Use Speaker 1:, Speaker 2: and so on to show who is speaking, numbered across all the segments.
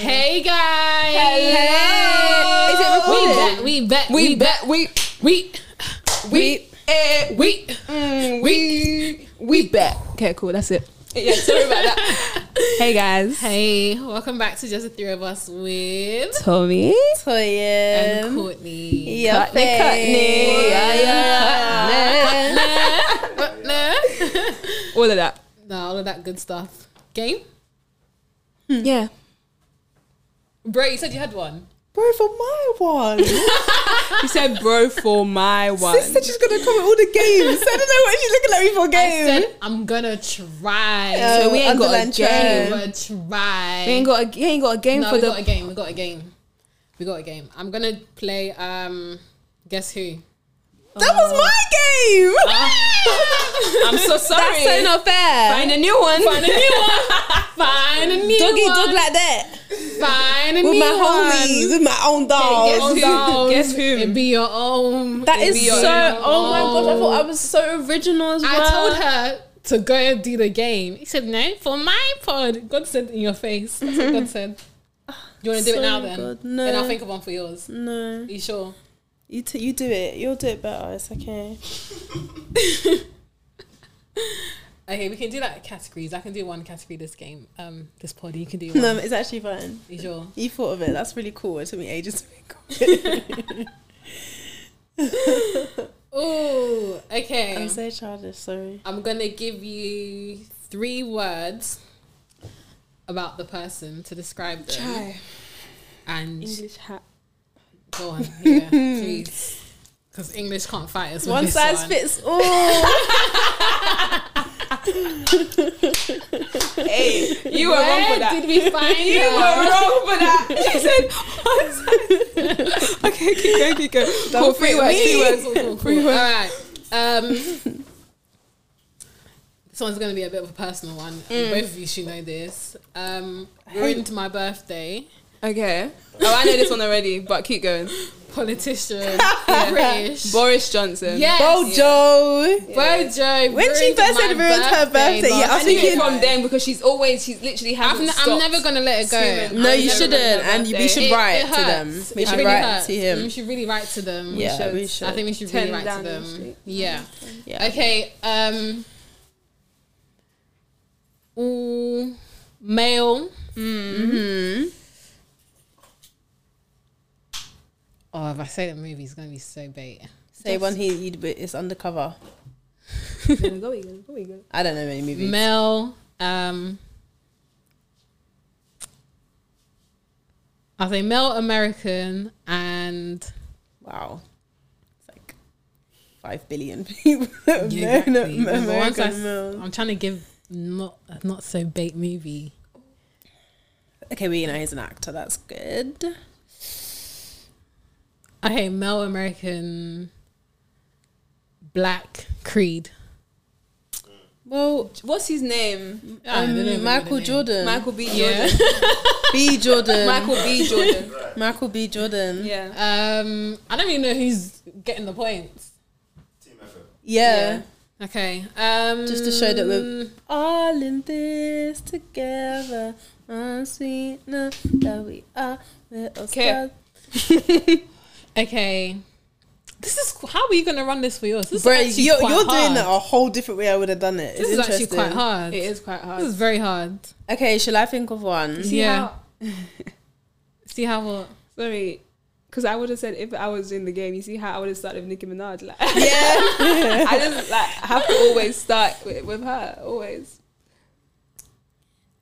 Speaker 1: Hey guys!
Speaker 2: Hello. Is it
Speaker 1: We
Speaker 2: recording?
Speaker 1: back, we back,
Speaker 2: We back. We
Speaker 1: we
Speaker 2: we eh,
Speaker 1: we
Speaker 2: we mm, we we back. Okay, cool. That's it. Yeah, sorry about that. hey guys.
Speaker 1: Hey, welcome back to just the three of us with
Speaker 2: Tommy. Um,
Speaker 1: and
Speaker 3: Toyin.
Speaker 1: Courtney.
Speaker 3: Your
Speaker 2: Cutney,
Speaker 3: face.
Speaker 2: Cutney. Yeah, yeah, yeah.
Speaker 1: But no,
Speaker 2: All of that.
Speaker 1: no, all of that good stuff. Game,
Speaker 2: Yeah.
Speaker 1: bro. You said you had one.
Speaker 3: Bro, for my one.
Speaker 2: She said, "Bro, for my one."
Speaker 3: Sister, she's gonna come at all the games. I don't know why she's looking at me for
Speaker 1: I
Speaker 3: games.
Speaker 1: said I'm gonna try.
Speaker 3: Yeah.
Speaker 2: so we ain't got a
Speaker 3: Underline
Speaker 2: game.
Speaker 1: I'm gonna try.
Speaker 2: We ain't got a, you ain't got a game
Speaker 1: no,
Speaker 2: for
Speaker 1: we
Speaker 2: the.
Speaker 1: got a game. We got a game. We got a game. I'm gonna play. Um, guess who?
Speaker 3: that was my game.
Speaker 2: I'm so Ah. sorry.
Speaker 3: That's so not fair.
Speaker 2: Find a new one.
Speaker 1: Find a new one. Find a new
Speaker 3: Doggy
Speaker 1: one.
Speaker 3: dog like that
Speaker 1: Find a
Speaker 3: with
Speaker 1: new
Speaker 3: my
Speaker 1: one.
Speaker 3: homies, with my own
Speaker 1: Guess
Speaker 3: dogs.
Speaker 1: who?
Speaker 2: dogs.
Speaker 1: Guess who? It be your own.
Speaker 3: That
Speaker 2: It
Speaker 3: is
Speaker 2: be your
Speaker 3: so.
Speaker 1: own.
Speaker 3: Oh my gosh, I thought I was so original as
Speaker 1: I
Speaker 3: well.
Speaker 1: told her to go and do the game. He said no for my pod. God said in your face. That's what God said. You want to do it
Speaker 3: So
Speaker 1: now then?
Speaker 3: good. No.
Speaker 1: Then I'll think of one for yours. Are
Speaker 3: No,
Speaker 1: you sure?
Speaker 3: you t- you do it. You'll do it better. It's okay.
Speaker 1: Okay, we can do like categories. I can do one category this game. Um, this pod. You can do one.
Speaker 3: No, it's actually fine.
Speaker 1: You sure?
Speaker 3: You thought of it. That's really cool. It took me ages to think of it.
Speaker 1: Oh, okay.
Speaker 3: I'm so childish. Sorry.
Speaker 1: I'm gonna give you three words about the person to describe them. And
Speaker 3: English hat.
Speaker 1: go on, yeah, please. Because English can't fight us. with
Speaker 3: One
Speaker 1: this
Speaker 3: size
Speaker 1: one.
Speaker 3: fits all.
Speaker 2: Hey, you were wrong
Speaker 1: Where
Speaker 2: for that.
Speaker 1: did we find
Speaker 2: You were
Speaker 1: her?
Speaker 2: wrong for that. She said, one side. okay, keep going, keep going. Cool, three
Speaker 3: put
Speaker 2: words, three
Speaker 3: me.
Speaker 2: words.
Speaker 1: Cool, cool,
Speaker 2: Three
Speaker 1: cool. All
Speaker 2: words.
Speaker 1: right. Um, this one's gonna be a bit of a personal one.
Speaker 3: Mm.
Speaker 1: Both of you should know this. Um, ruined my birthday.
Speaker 2: Okay. Oh, I know this one already, but keep going.
Speaker 1: Politician, British.
Speaker 2: Boris Johnson.
Speaker 1: Yes.
Speaker 3: Bojo.
Speaker 1: Bojo.
Speaker 3: When she
Speaker 1: ruined
Speaker 3: first
Speaker 1: my
Speaker 3: said it ruined her birthday, yeah, I
Speaker 2: I
Speaker 1: last
Speaker 3: was
Speaker 2: knew
Speaker 1: year.
Speaker 2: it
Speaker 3: thinking-
Speaker 2: from then because she's always, she's literally
Speaker 1: I've
Speaker 2: having.
Speaker 1: n- I'm never gonna let it go.
Speaker 2: Screaming.
Speaker 3: No,
Speaker 2: I
Speaker 3: you
Speaker 2: never
Speaker 3: shouldn't.
Speaker 2: remembered that
Speaker 3: And you-
Speaker 2: day.
Speaker 3: we should
Speaker 1: It-
Speaker 3: write
Speaker 1: it
Speaker 3: to them.
Speaker 1: hurts.
Speaker 3: We
Speaker 1: It
Speaker 3: should
Speaker 1: really
Speaker 3: write
Speaker 1: hurts.
Speaker 3: to
Speaker 1: We
Speaker 3: him.
Speaker 1: should really write to them.
Speaker 3: Yeah,
Speaker 2: should.
Speaker 3: we should.
Speaker 1: I think we should
Speaker 2: Turn
Speaker 1: really write to
Speaker 2: down the
Speaker 1: them.
Speaker 2: street.
Speaker 1: Yeah.
Speaker 3: Yeah.
Speaker 1: Okay. Um. ooh, mm, male.
Speaker 3: Mm-hmm.
Speaker 1: Oh, if I say that movie, it's gonna be so bait.
Speaker 3: Say one he you'd be, it's undercover.
Speaker 2: go again, go again.
Speaker 3: I don't know many movies.
Speaker 1: Male. Um. I say male American and
Speaker 3: Wow. It's like five billion people.
Speaker 1: Yeah,
Speaker 3: no, no,
Speaker 1: exactly. But once I,
Speaker 3: American male.
Speaker 1: am trying to give not a not so bait movie.
Speaker 3: Okay, well, you know, he's an actor. That's good.
Speaker 1: Okay, male American, black creed.
Speaker 3: Well,
Speaker 2: What's his name?
Speaker 1: I don't know
Speaker 3: um, Michael
Speaker 1: really.
Speaker 3: Jordan.
Speaker 2: Michael B.
Speaker 1: Yeah.
Speaker 2: Jordan.
Speaker 3: B. Jordan.
Speaker 2: Michael B. Jordan.
Speaker 3: Michael B. Jordan. Yeah.
Speaker 2: Yeah.
Speaker 1: Um, I don't even know who's getting the points.
Speaker 2: Yeah.
Speaker 1: Okay. Um,
Speaker 3: Just to show that we're all in this together. Once we know that we are, we're all
Speaker 2: Okay.
Speaker 3: stars.
Speaker 1: okay. This is qu- how are you gonna run this for yours? This
Speaker 3: Bro,
Speaker 1: is actually
Speaker 3: you're,
Speaker 1: quite
Speaker 3: you're doing
Speaker 1: hard.
Speaker 3: that a whole different way I would have done it.
Speaker 1: This
Speaker 3: It's
Speaker 1: is actually
Speaker 3: interesting.
Speaker 1: quite hard.
Speaker 2: It is quite
Speaker 1: This is
Speaker 2: hard.
Speaker 1: very hard.
Speaker 3: Okay, shall I think of one?
Speaker 1: See yeah. See how what?
Speaker 2: Sorry. Because I would have said if I was in the game, you see how I would have started with Nicki Minaj. Like,
Speaker 3: Yeah.
Speaker 2: I just like have to always start with, with her. Always.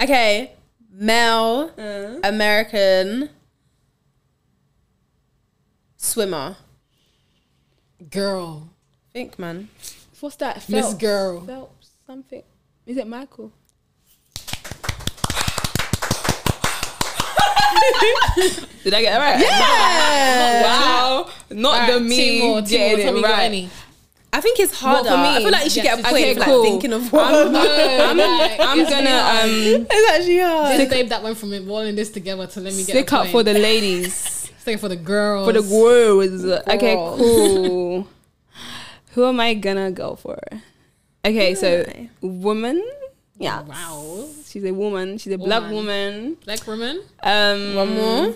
Speaker 3: okay. Male,
Speaker 2: Uh,
Speaker 3: American, swimmer.
Speaker 1: Girl,
Speaker 3: Think, man.
Speaker 2: what's that?
Speaker 1: Miss
Speaker 2: Phelps.
Speaker 1: Girl.
Speaker 2: Phelps. Something. Is it Michael? Did I get it right?
Speaker 3: Yeah.
Speaker 2: Wow. Not
Speaker 1: Alright,
Speaker 2: the
Speaker 1: two
Speaker 2: me
Speaker 1: more, two more.
Speaker 2: getting
Speaker 1: Tell me
Speaker 2: it
Speaker 1: you got
Speaker 2: right.
Speaker 1: any.
Speaker 3: I think it's
Speaker 2: What,
Speaker 3: harder.
Speaker 2: for
Speaker 3: I
Speaker 2: me?
Speaker 3: feel like you
Speaker 1: Yes,
Speaker 3: should get a
Speaker 1: it's
Speaker 3: point
Speaker 2: okay,
Speaker 3: for like
Speaker 2: cool.
Speaker 3: thinking of one.
Speaker 2: I'm, I'm gonna um,
Speaker 3: it's actually hard.
Speaker 1: This babe that went from it walling this together to let me get
Speaker 2: stick
Speaker 1: a
Speaker 2: up for
Speaker 1: point.
Speaker 2: the ladies,
Speaker 1: stick up for the girls
Speaker 2: for the girls. Okay,
Speaker 3: Girls.
Speaker 2: cool. Who am I gonna go for? Okay, so
Speaker 3: Yeah.
Speaker 2: woman, Yeah.
Speaker 1: Wow.
Speaker 2: She's a woman. She's a black woman.
Speaker 1: Black woman.
Speaker 2: Um,
Speaker 3: One more.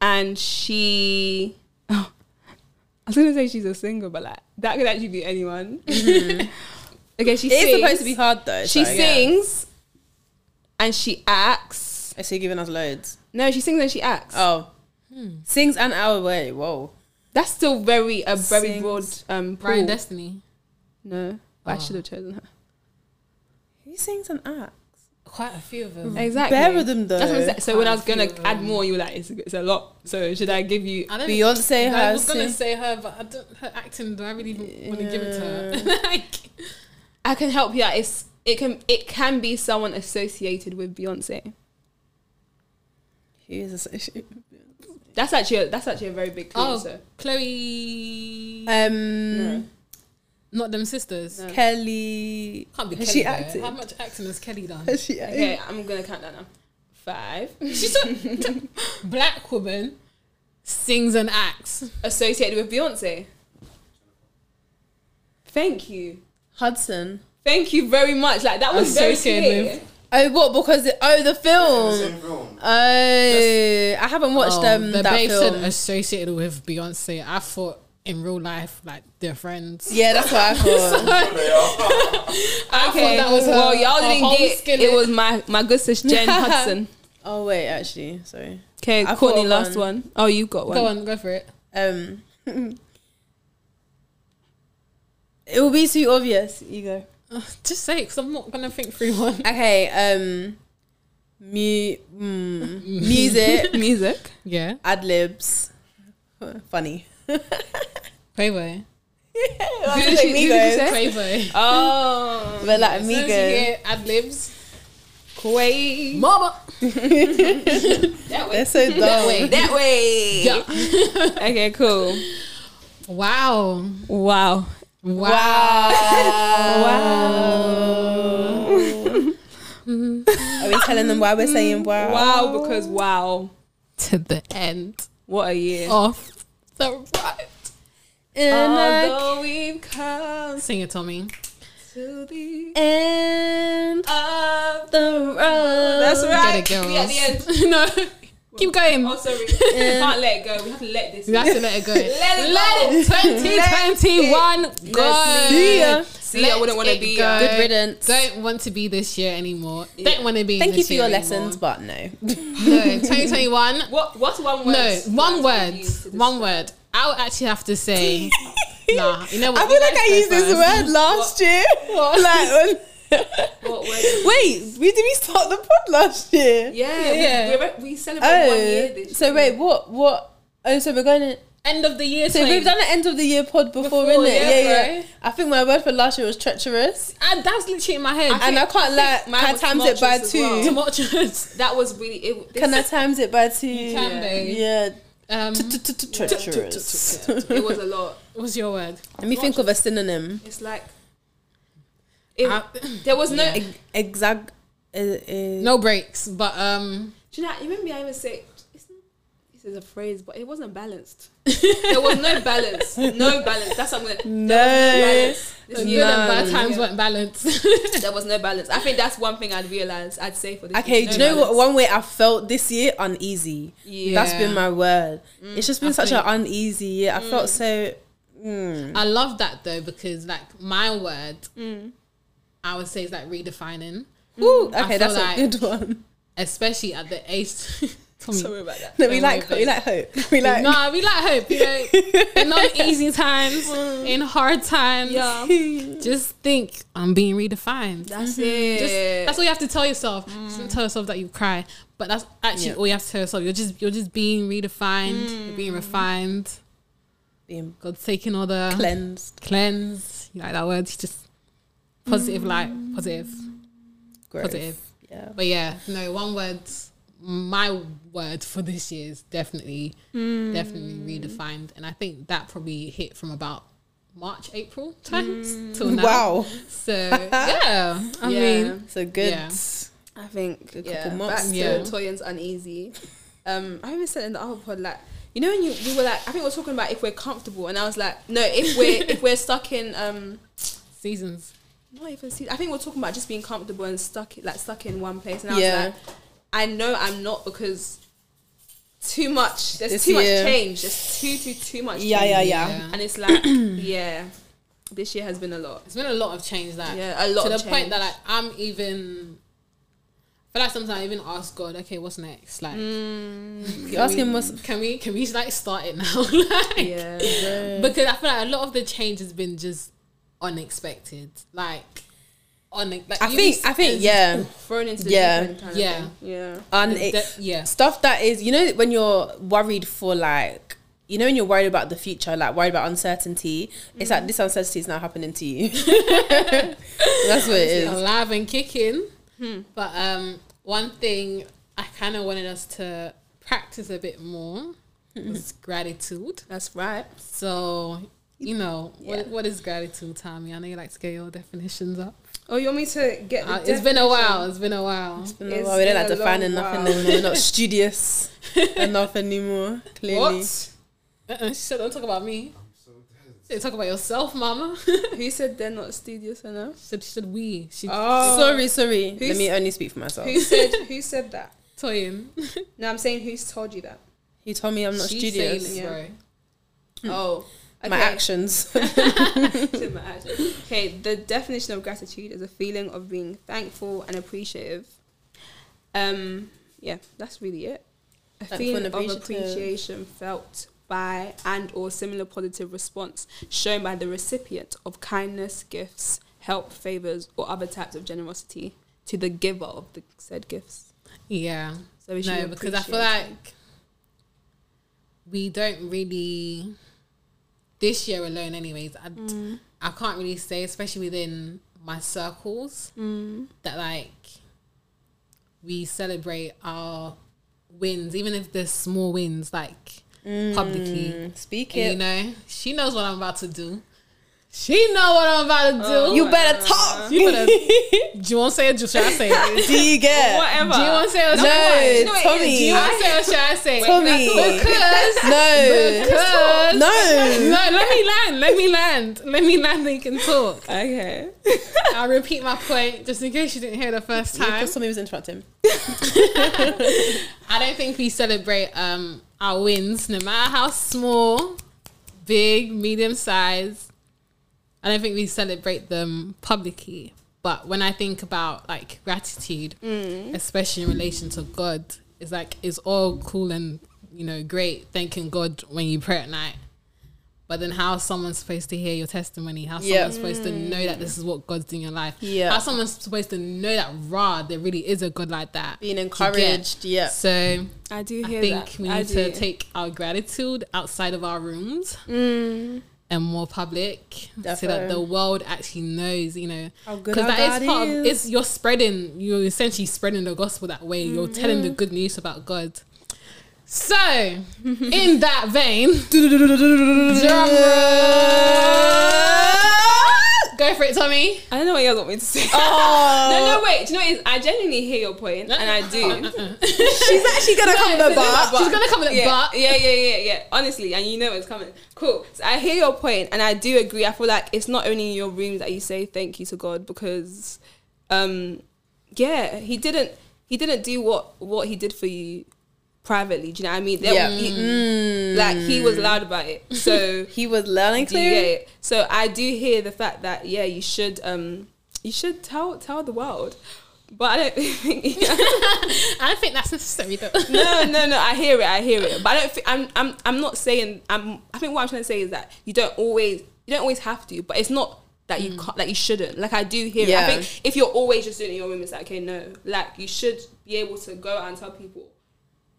Speaker 2: And she. Oh, I was gonna say she's a singer, but like that could actually be anyone. Mm-hmm. okay, she
Speaker 3: It
Speaker 2: sings.
Speaker 3: is supposed to be hard though.
Speaker 2: She
Speaker 3: so, yeah.
Speaker 2: sings, and she acts.
Speaker 3: Is he giving us loads?
Speaker 2: No, she sings and she acts.
Speaker 3: Oh. Sings an hour away. Whoa.
Speaker 2: That's still very a very
Speaker 3: Sings.
Speaker 2: broad um. Pool.
Speaker 1: Brian Destiny.
Speaker 2: no, I should have chosen her.
Speaker 3: Who sings an act?
Speaker 1: Quite a few of them.
Speaker 2: Exactly.
Speaker 3: Bury them, though.
Speaker 2: That's what I'm saying. So when I was
Speaker 1: Quite a
Speaker 2: gonna
Speaker 1: few.
Speaker 2: add more, you were like, it's, it's a lot. So should I give you?
Speaker 1: I don't
Speaker 3: Beyonce
Speaker 1: I
Speaker 3: has.
Speaker 1: was gonna
Speaker 3: sing-
Speaker 1: say her, but I don't, her acting. Do I really even want to give it to her? like,
Speaker 2: I can help you out. It's it can it can be someone associated with Beyonce.
Speaker 3: Who is associated?
Speaker 2: That's actually a, that's actually a very big clue.
Speaker 1: oh,
Speaker 2: So.
Speaker 1: Chloe,
Speaker 3: Um,
Speaker 1: not them sisters.
Speaker 3: Kelly.
Speaker 1: Can't be Kelly.
Speaker 3: Has she
Speaker 1: though.
Speaker 3: acted?
Speaker 1: How much acting has Kelly done?
Speaker 3: Has she acted?
Speaker 2: Okay, I'm gonna count that now. Five
Speaker 1: Mm. She's a black woman sings and acts.
Speaker 2: associated with Beyonce. Thank you,
Speaker 3: Hudson.
Speaker 2: thank you very much. Like that was very
Speaker 1: Associated
Speaker 2: clear.
Speaker 3: Oh, what? Because it, oh, the film.
Speaker 4: Same film.
Speaker 3: Oh, I haven't watched
Speaker 2: Oh,
Speaker 3: um
Speaker 1: Oh, the
Speaker 3: that
Speaker 1: babe
Speaker 3: film.
Speaker 1: said associated with Beyonce. I thought in real life, like they're friends.
Speaker 3: yeah, that's what I thought.
Speaker 4: They are.
Speaker 1: I thought
Speaker 2: Okay,
Speaker 1: that was
Speaker 2: well,
Speaker 1: her-
Speaker 2: y'all
Speaker 1: her
Speaker 2: didn't
Speaker 1: whole
Speaker 2: get
Speaker 1: skillet.
Speaker 2: it. Was my my good sis Jen Hudson.
Speaker 3: oh wait, actually, sorry.
Speaker 2: Okay,
Speaker 3: I
Speaker 2: Courtney,
Speaker 3: thought
Speaker 2: last
Speaker 3: one.
Speaker 2: one. Oh, you got one.
Speaker 1: Go on, go for it.
Speaker 3: Um, it will be too obvious. You go.
Speaker 1: Ugh, Uh, Just say it, because I'm not gonna think through one.
Speaker 3: Okay. Um, mu- mm, music,
Speaker 2: Music.
Speaker 1: Yeah,
Speaker 3: ad libs, funny.
Speaker 1: Quavo.
Speaker 2: did she- who did she say?
Speaker 1: Quavo.
Speaker 2: Oh,
Speaker 3: But like
Speaker 1: As soon as you
Speaker 3: Migos,
Speaker 1: hear ad libs,
Speaker 2: Quay.
Speaker 1: mama.
Speaker 2: That way.
Speaker 3: they're so
Speaker 1: That
Speaker 3: dumb.
Speaker 1: way.
Speaker 2: That way.
Speaker 1: Yeah.
Speaker 2: Okay, cool.
Speaker 1: Wow.
Speaker 2: Wow.
Speaker 1: Wow.
Speaker 3: Are we telling them why we're saying wow?
Speaker 2: Wow,
Speaker 1: Oh.
Speaker 2: because wow.
Speaker 1: To the end
Speaker 2: What a year.
Speaker 1: Oh. of the ride.
Speaker 2: Oh,
Speaker 3: And I
Speaker 2: Although we've come
Speaker 1: Sing it, Tommy.
Speaker 2: to the
Speaker 3: end
Speaker 2: of
Speaker 3: the road.
Speaker 2: That's right.
Speaker 1: Get it,
Speaker 2: We at the end.
Speaker 1: no, keep going.
Speaker 2: Oh, sorry. we can't let it go. We have to let this
Speaker 1: You have to let it go.
Speaker 2: Let it go.
Speaker 1: Let it 2021 go.
Speaker 3: See ya.
Speaker 2: See, I wouldn't want to
Speaker 1: it
Speaker 2: be.
Speaker 1: go.
Speaker 2: uh,
Speaker 3: Good riddance.
Speaker 1: Don't want to be this year anymore. Don't want to be.
Speaker 3: Thank you
Speaker 1: this
Speaker 3: for your
Speaker 1: year
Speaker 3: lessons,
Speaker 1: anymore.
Speaker 3: but no.
Speaker 1: No, 2021.
Speaker 2: What? What's one word?
Speaker 1: No, one
Speaker 2: that
Speaker 1: word.
Speaker 2: you use to
Speaker 1: One word. I would actually have to say, nah. You know what?
Speaker 3: I feel
Speaker 1: you
Speaker 3: like
Speaker 1: guys
Speaker 3: I
Speaker 1: go
Speaker 3: used this
Speaker 1: first.
Speaker 3: word last year.
Speaker 2: describe- What word?
Speaker 3: like, wait, we did we start the pod last year?
Speaker 2: Yeah,
Speaker 1: Yeah.
Speaker 2: We, we're- we celebrate one year
Speaker 3: Oh,
Speaker 2: this
Speaker 3: so
Speaker 2: year.
Speaker 3: wait, what? What? Oh, so we're going. To,
Speaker 1: End of the year.
Speaker 3: so we've done the end of the year pod
Speaker 1: Before,
Speaker 3: before, innit?
Speaker 1: yeah,
Speaker 3: Yeah, yeah,
Speaker 1: right.
Speaker 3: I think my word for last year was treacherous,
Speaker 1: And that's literally in my head.
Speaker 3: and I can't like.
Speaker 2: mine
Speaker 3: Can I
Speaker 2: was
Speaker 3: times it by
Speaker 2: tumultuous as
Speaker 3: two?
Speaker 2: well.
Speaker 1: tumultuous.
Speaker 2: That was really. It, this,
Speaker 3: Can I times it by two?
Speaker 1: can, babe.
Speaker 3: yeah,
Speaker 1: Um,
Speaker 3: treacherous.
Speaker 2: It was a lot.
Speaker 1: what's your word?
Speaker 3: Let me think of a synonym.
Speaker 2: It's like. It,
Speaker 1: I-
Speaker 2: there was no.
Speaker 1: Ah, Yeah.
Speaker 3: Exact. Uh, uh,
Speaker 1: No breaks, but um,
Speaker 2: Do you know? You remember I even said it's not- this is a phrase, but it wasn't balanced. there was no balance. No balance. That's what I'm gonna.
Speaker 3: no.
Speaker 2: Balance.
Speaker 1: the
Speaker 2: This
Speaker 1: good
Speaker 2: year,
Speaker 1: and bad
Speaker 2: Yeah.
Speaker 1: times weren't balanced.
Speaker 2: there was no balance. I think that's one thing I'd realize. I'd say for this.
Speaker 3: Okay,
Speaker 2: year,
Speaker 3: do you
Speaker 2: no
Speaker 3: know what?
Speaker 2: balance.
Speaker 3: One way I felt this year uneasy.
Speaker 2: Yeah.
Speaker 3: That's been my word. it's just been
Speaker 1: Mm, I
Speaker 3: such an
Speaker 1: think-
Speaker 3: uneasy year. I felt so. Mm.
Speaker 1: I love that though because like my word, I would say is like redefining,
Speaker 3: Ooh,
Speaker 1: I
Speaker 3: okay,
Speaker 1: feel
Speaker 3: that's
Speaker 1: like-
Speaker 3: a good one.
Speaker 1: especially at the age. Tommy.
Speaker 2: Sorry about that.
Speaker 3: No, we
Speaker 1: Don't
Speaker 3: like
Speaker 1: worry
Speaker 3: we like hope. We like.
Speaker 1: Nah, we like hope, you know, in on easy times, in hard times.
Speaker 2: Yeah.
Speaker 1: Just think I'm being redefined.
Speaker 2: That's
Speaker 3: Mm-hmm.
Speaker 2: it.
Speaker 1: Just, that's all you have to tell yourself. Just don't tell yourself that you cry, but that's actually
Speaker 3: Yeah.
Speaker 1: all you have to tell yourself. You're just you're just being redefined. You're being refined.
Speaker 3: Being
Speaker 1: God's taking all the
Speaker 3: cleansed.
Speaker 1: cleanse. You like that word? Just positive light, positive,
Speaker 3: Growth.
Speaker 1: positive.
Speaker 3: Yeah.
Speaker 1: But yeah, no one word. My word for this year is definitely, definitely redefined, and I think that probably hit from about March, April times till now.
Speaker 3: Wow.
Speaker 1: So yeah, I
Speaker 2: Yeah.
Speaker 1: mean,
Speaker 3: So good.
Speaker 1: Yeah.
Speaker 2: I think
Speaker 3: A
Speaker 2: yeah,
Speaker 3: couple months.
Speaker 2: back
Speaker 1: Yeah.
Speaker 2: to Toyin's uneasy. Um, I even said in the other pod like you know when you we were like I think we were talking about if we're comfortable and I was like no if we're if we're stuck in um
Speaker 1: seasons.
Speaker 2: not even see. I think we're talking about just being comfortable and stuck, like stuck in one place. And I
Speaker 3: Yeah.
Speaker 2: was like, I know I'm not because too much. There's
Speaker 3: This
Speaker 2: too
Speaker 3: year.
Speaker 2: much change. There's too too too much.
Speaker 3: Yeah,
Speaker 2: change.
Speaker 3: yeah, yeah.
Speaker 1: Yeah.
Speaker 2: And it's like, yeah, this year has been a lot.
Speaker 1: It's been a lot of change that
Speaker 2: Yeah, a lot
Speaker 1: to the
Speaker 2: of
Speaker 1: point that
Speaker 2: change.
Speaker 1: like I'm even. I feel like sometimes I even ask God, okay, what's next? Like,
Speaker 3: You ask him what's
Speaker 1: can we can we like start it now? like,
Speaker 2: Yeah,
Speaker 1: because I feel like a lot of the change has been just unexpected. Like, on like
Speaker 3: I
Speaker 1: you
Speaker 3: think
Speaker 1: just-
Speaker 3: I think yeah.
Speaker 2: thrown into the
Speaker 3: Yeah.
Speaker 2: yeah, kind of
Speaker 1: Yeah.
Speaker 2: thing. yeah.
Speaker 3: And
Speaker 1: the-
Speaker 3: it,
Speaker 1: the- yeah.
Speaker 3: stuff that is you know when you're worried for like you know when you're worried about the future, like worried about uncertainty, it's like this uncertainty is now happening to you. That's what it is.
Speaker 1: alive and kicking. But um, one thing I kind of wanted us to practice a bit more was gratitude.
Speaker 2: That's right.
Speaker 1: So, you know,
Speaker 2: Yeah.
Speaker 1: what, what is gratitude, Tommy? I know you like to get your definitions up.
Speaker 2: Oh, you want me to get? The
Speaker 1: Uh, it's been a while.
Speaker 2: definition?
Speaker 1: It's been a while.
Speaker 3: It's been a
Speaker 2: It's
Speaker 3: while. We don't
Speaker 2: been
Speaker 3: like
Speaker 2: a
Speaker 3: to find
Speaker 2: long
Speaker 3: enough
Speaker 2: while.
Speaker 3: anymore. We're not studious enough anymore. Clearly,
Speaker 2: What?
Speaker 1: Uh-uh, she said, don't talk about me. She said, talk about yourself, mama. she
Speaker 2: Who said they're not studious enough?
Speaker 1: said, she said we. She
Speaker 2: Oh,
Speaker 3: sorry, sorry. Let
Speaker 2: Who's-
Speaker 3: me only speak for myself.
Speaker 2: Who said? Who said that?
Speaker 1: toying.
Speaker 2: No, I'm saying who's told you that?
Speaker 3: He told me I'm not
Speaker 1: She's
Speaker 3: studious.
Speaker 1: saying it,
Speaker 2: Yeah.
Speaker 1: bro. Mm.
Speaker 2: Oh, okay.
Speaker 3: My actions.
Speaker 2: Said my action. Okay, the definition of gratitude is a feeling of being thankful and appreciative. Um, yeah, that's really it. A
Speaker 3: Thankful
Speaker 2: feeling
Speaker 3: and
Speaker 2: of
Speaker 3: appreciative.
Speaker 2: appreciation felt by and or similar positive response shown by the recipient of kindness, gifts, help, favors, or other types of generosity to the giver of the said gifts.
Speaker 1: Yeah.
Speaker 2: So we should
Speaker 1: No, because I feel
Speaker 2: appreciate.
Speaker 1: like we don't really this year alone. Anyways, I
Speaker 3: Mm.
Speaker 1: I can't really say, especially within my circles,
Speaker 3: Mm.
Speaker 1: that like we celebrate our wins, even if they're small wins, like
Speaker 3: Mm.
Speaker 1: publicly.
Speaker 3: Speak
Speaker 1: And, you
Speaker 3: it.
Speaker 1: know, she knows what I'm about to do. She know what I'm about to do.
Speaker 3: Oh, You better talk.
Speaker 1: You better- do you want to say it? Should I say it?
Speaker 3: Do you get?
Speaker 2: Whatever.
Speaker 1: Do you want to say it?
Speaker 3: No,
Speaker 1: Do you
Speaker 3: Tommy.
Speaker 1: want to say it? Should I say it?
Speaker 3: Tommy.
Speaker 1: Because
Speaker 3: No.
Speaker 1: Because
Speaker 3: No.
Speaker 1: no, let me land. Let me land. Let me land. Then you can talk.
Speaker 2: okay.
Speaker 1: I'll repeat my point just in case you didn't hear the first
Speaker 3: Because
Speaker 1: time.
Speaker 3: Somebody was interrupting.
Speaker 1: I don't think we celebrate um our wins, no matter how small, big, medium size. I don't think we celebrate them publicly. But when I think about like gratitude,
Speaker 3: Mm.
Speaker 1: especially in relation to God, it's like it's all cool and you know great thanking God when you pray at night. But then how someone's supposed to hear your testimony? How
Speaker 3: Yeah. Mm.
Speaker 1: someone's supposed to know that this is what God's doing in your life?
Speaker 3: Yeah.
Speaker 1: How someone's supposed to know that rah, there really is a God like that.
Speaker 3: Being
Speaker 1: You get-
Speaker 3: encouraged, yeah.
Speaker 1: So
Speaker 2: I do
Speaker 1: I
Speaker 2: hear
Speaker 1: think
Speaker 2: that.
Speaker 1: we
Speaker 2: I
Speaker 1: need to
Speaker 2: do.
Speaker 1: take our gratitude outside of our rooms
Speaker 2: Mm.
Speaker 1: and more public so that
Speaker 3: Defo.
Speaker 1: the world actually knows, you know,
Speaker 3: How good
Speaker 1: that
Speaker 3: our
Speaker 1: is
Speaker 3: God
Speaker 1: part of
Speaker 3: is.
Speaker 1: it's you're spreading, you're essentially spreading the gospel that way. You're telling the
Speaker 3: Mm-hmm.
Speaker 1: good news about God. So, in that vein, drum roll. go for it, Tommy.
Speaker 2: I don't know what you want me to say. No,
Speaker 3: Oh,
Speaker 2: no, wait. Do you know what it is? I genuinely hear your point, and I do.
Speaker 3: she's actually gonna come with a bar.
Speaker 1: She's gonna come with a
Speaker 2: yeah,
Speaker 1: but.
Speaker 2: yeah, yeah, yeah, yeah. Honestly, and you know it's coming. Cool. So I hear your point, and I do agree. I feel like it's not only in your rooms that you say thank you to God because, um, yeah, he didn't. He didn't do what what he did for you privately. Do you know what I mean? There-
Speaker 3: Yeah.
Speaker 2: he- Like he was loud about it. So
Speaker 3: He was learning
Speaker 2: Do you get
Speaker 3: clearly.
Speaker 2: it? So I do hear the fact that yeah, you should um you should tell tell the world. But I don't think
Speaker 1: I don't think that's necessary though.
Speaker 2: no no no I hear it I hear it. But I don't think I'm I'm I'm not saying I'm I think what I'm trying to say is that you don't always you don't always have to, but it's not that you can't that you shouldn't. Like I do hear
Speaker 3: Yeah.
Speaker 2: it. I think if you're always just doing it in your room, it's like okay no, like you should be able to go out and tell people,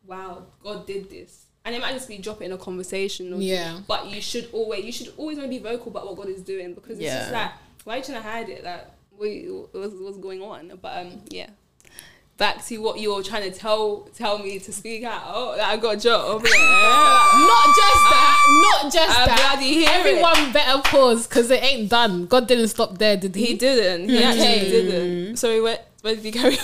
Speaker 2: wow God did this. And it might just be dropping in a conversation or
Speaker 1: yeah.
Speaker 2: but you should always you should always want to be vocal about what God is doing because it's just
Speaker 3: Yeah.
Speaker 2: like why are you trying to hide it like what you, what's, what's going on but um yeah back to what you're trying to tell tell me to speak out oh like, I got a job yeah
Speaker 1: Not just that. Not just
Speaker 2: I
Speaker 1: that.
Speaker 2: bloody hear
Speaker 1: Everyone better pause because it ain't done. God didn't stop there, did
Speaker 2: it
Speaker 1: he?
Speaker 2: he
Speaker 3: Mm-hmm.
Speaker 2: didn't he
Speaker 1: Okay.
Speaker 2: actually didn't sorry where, where did he carry on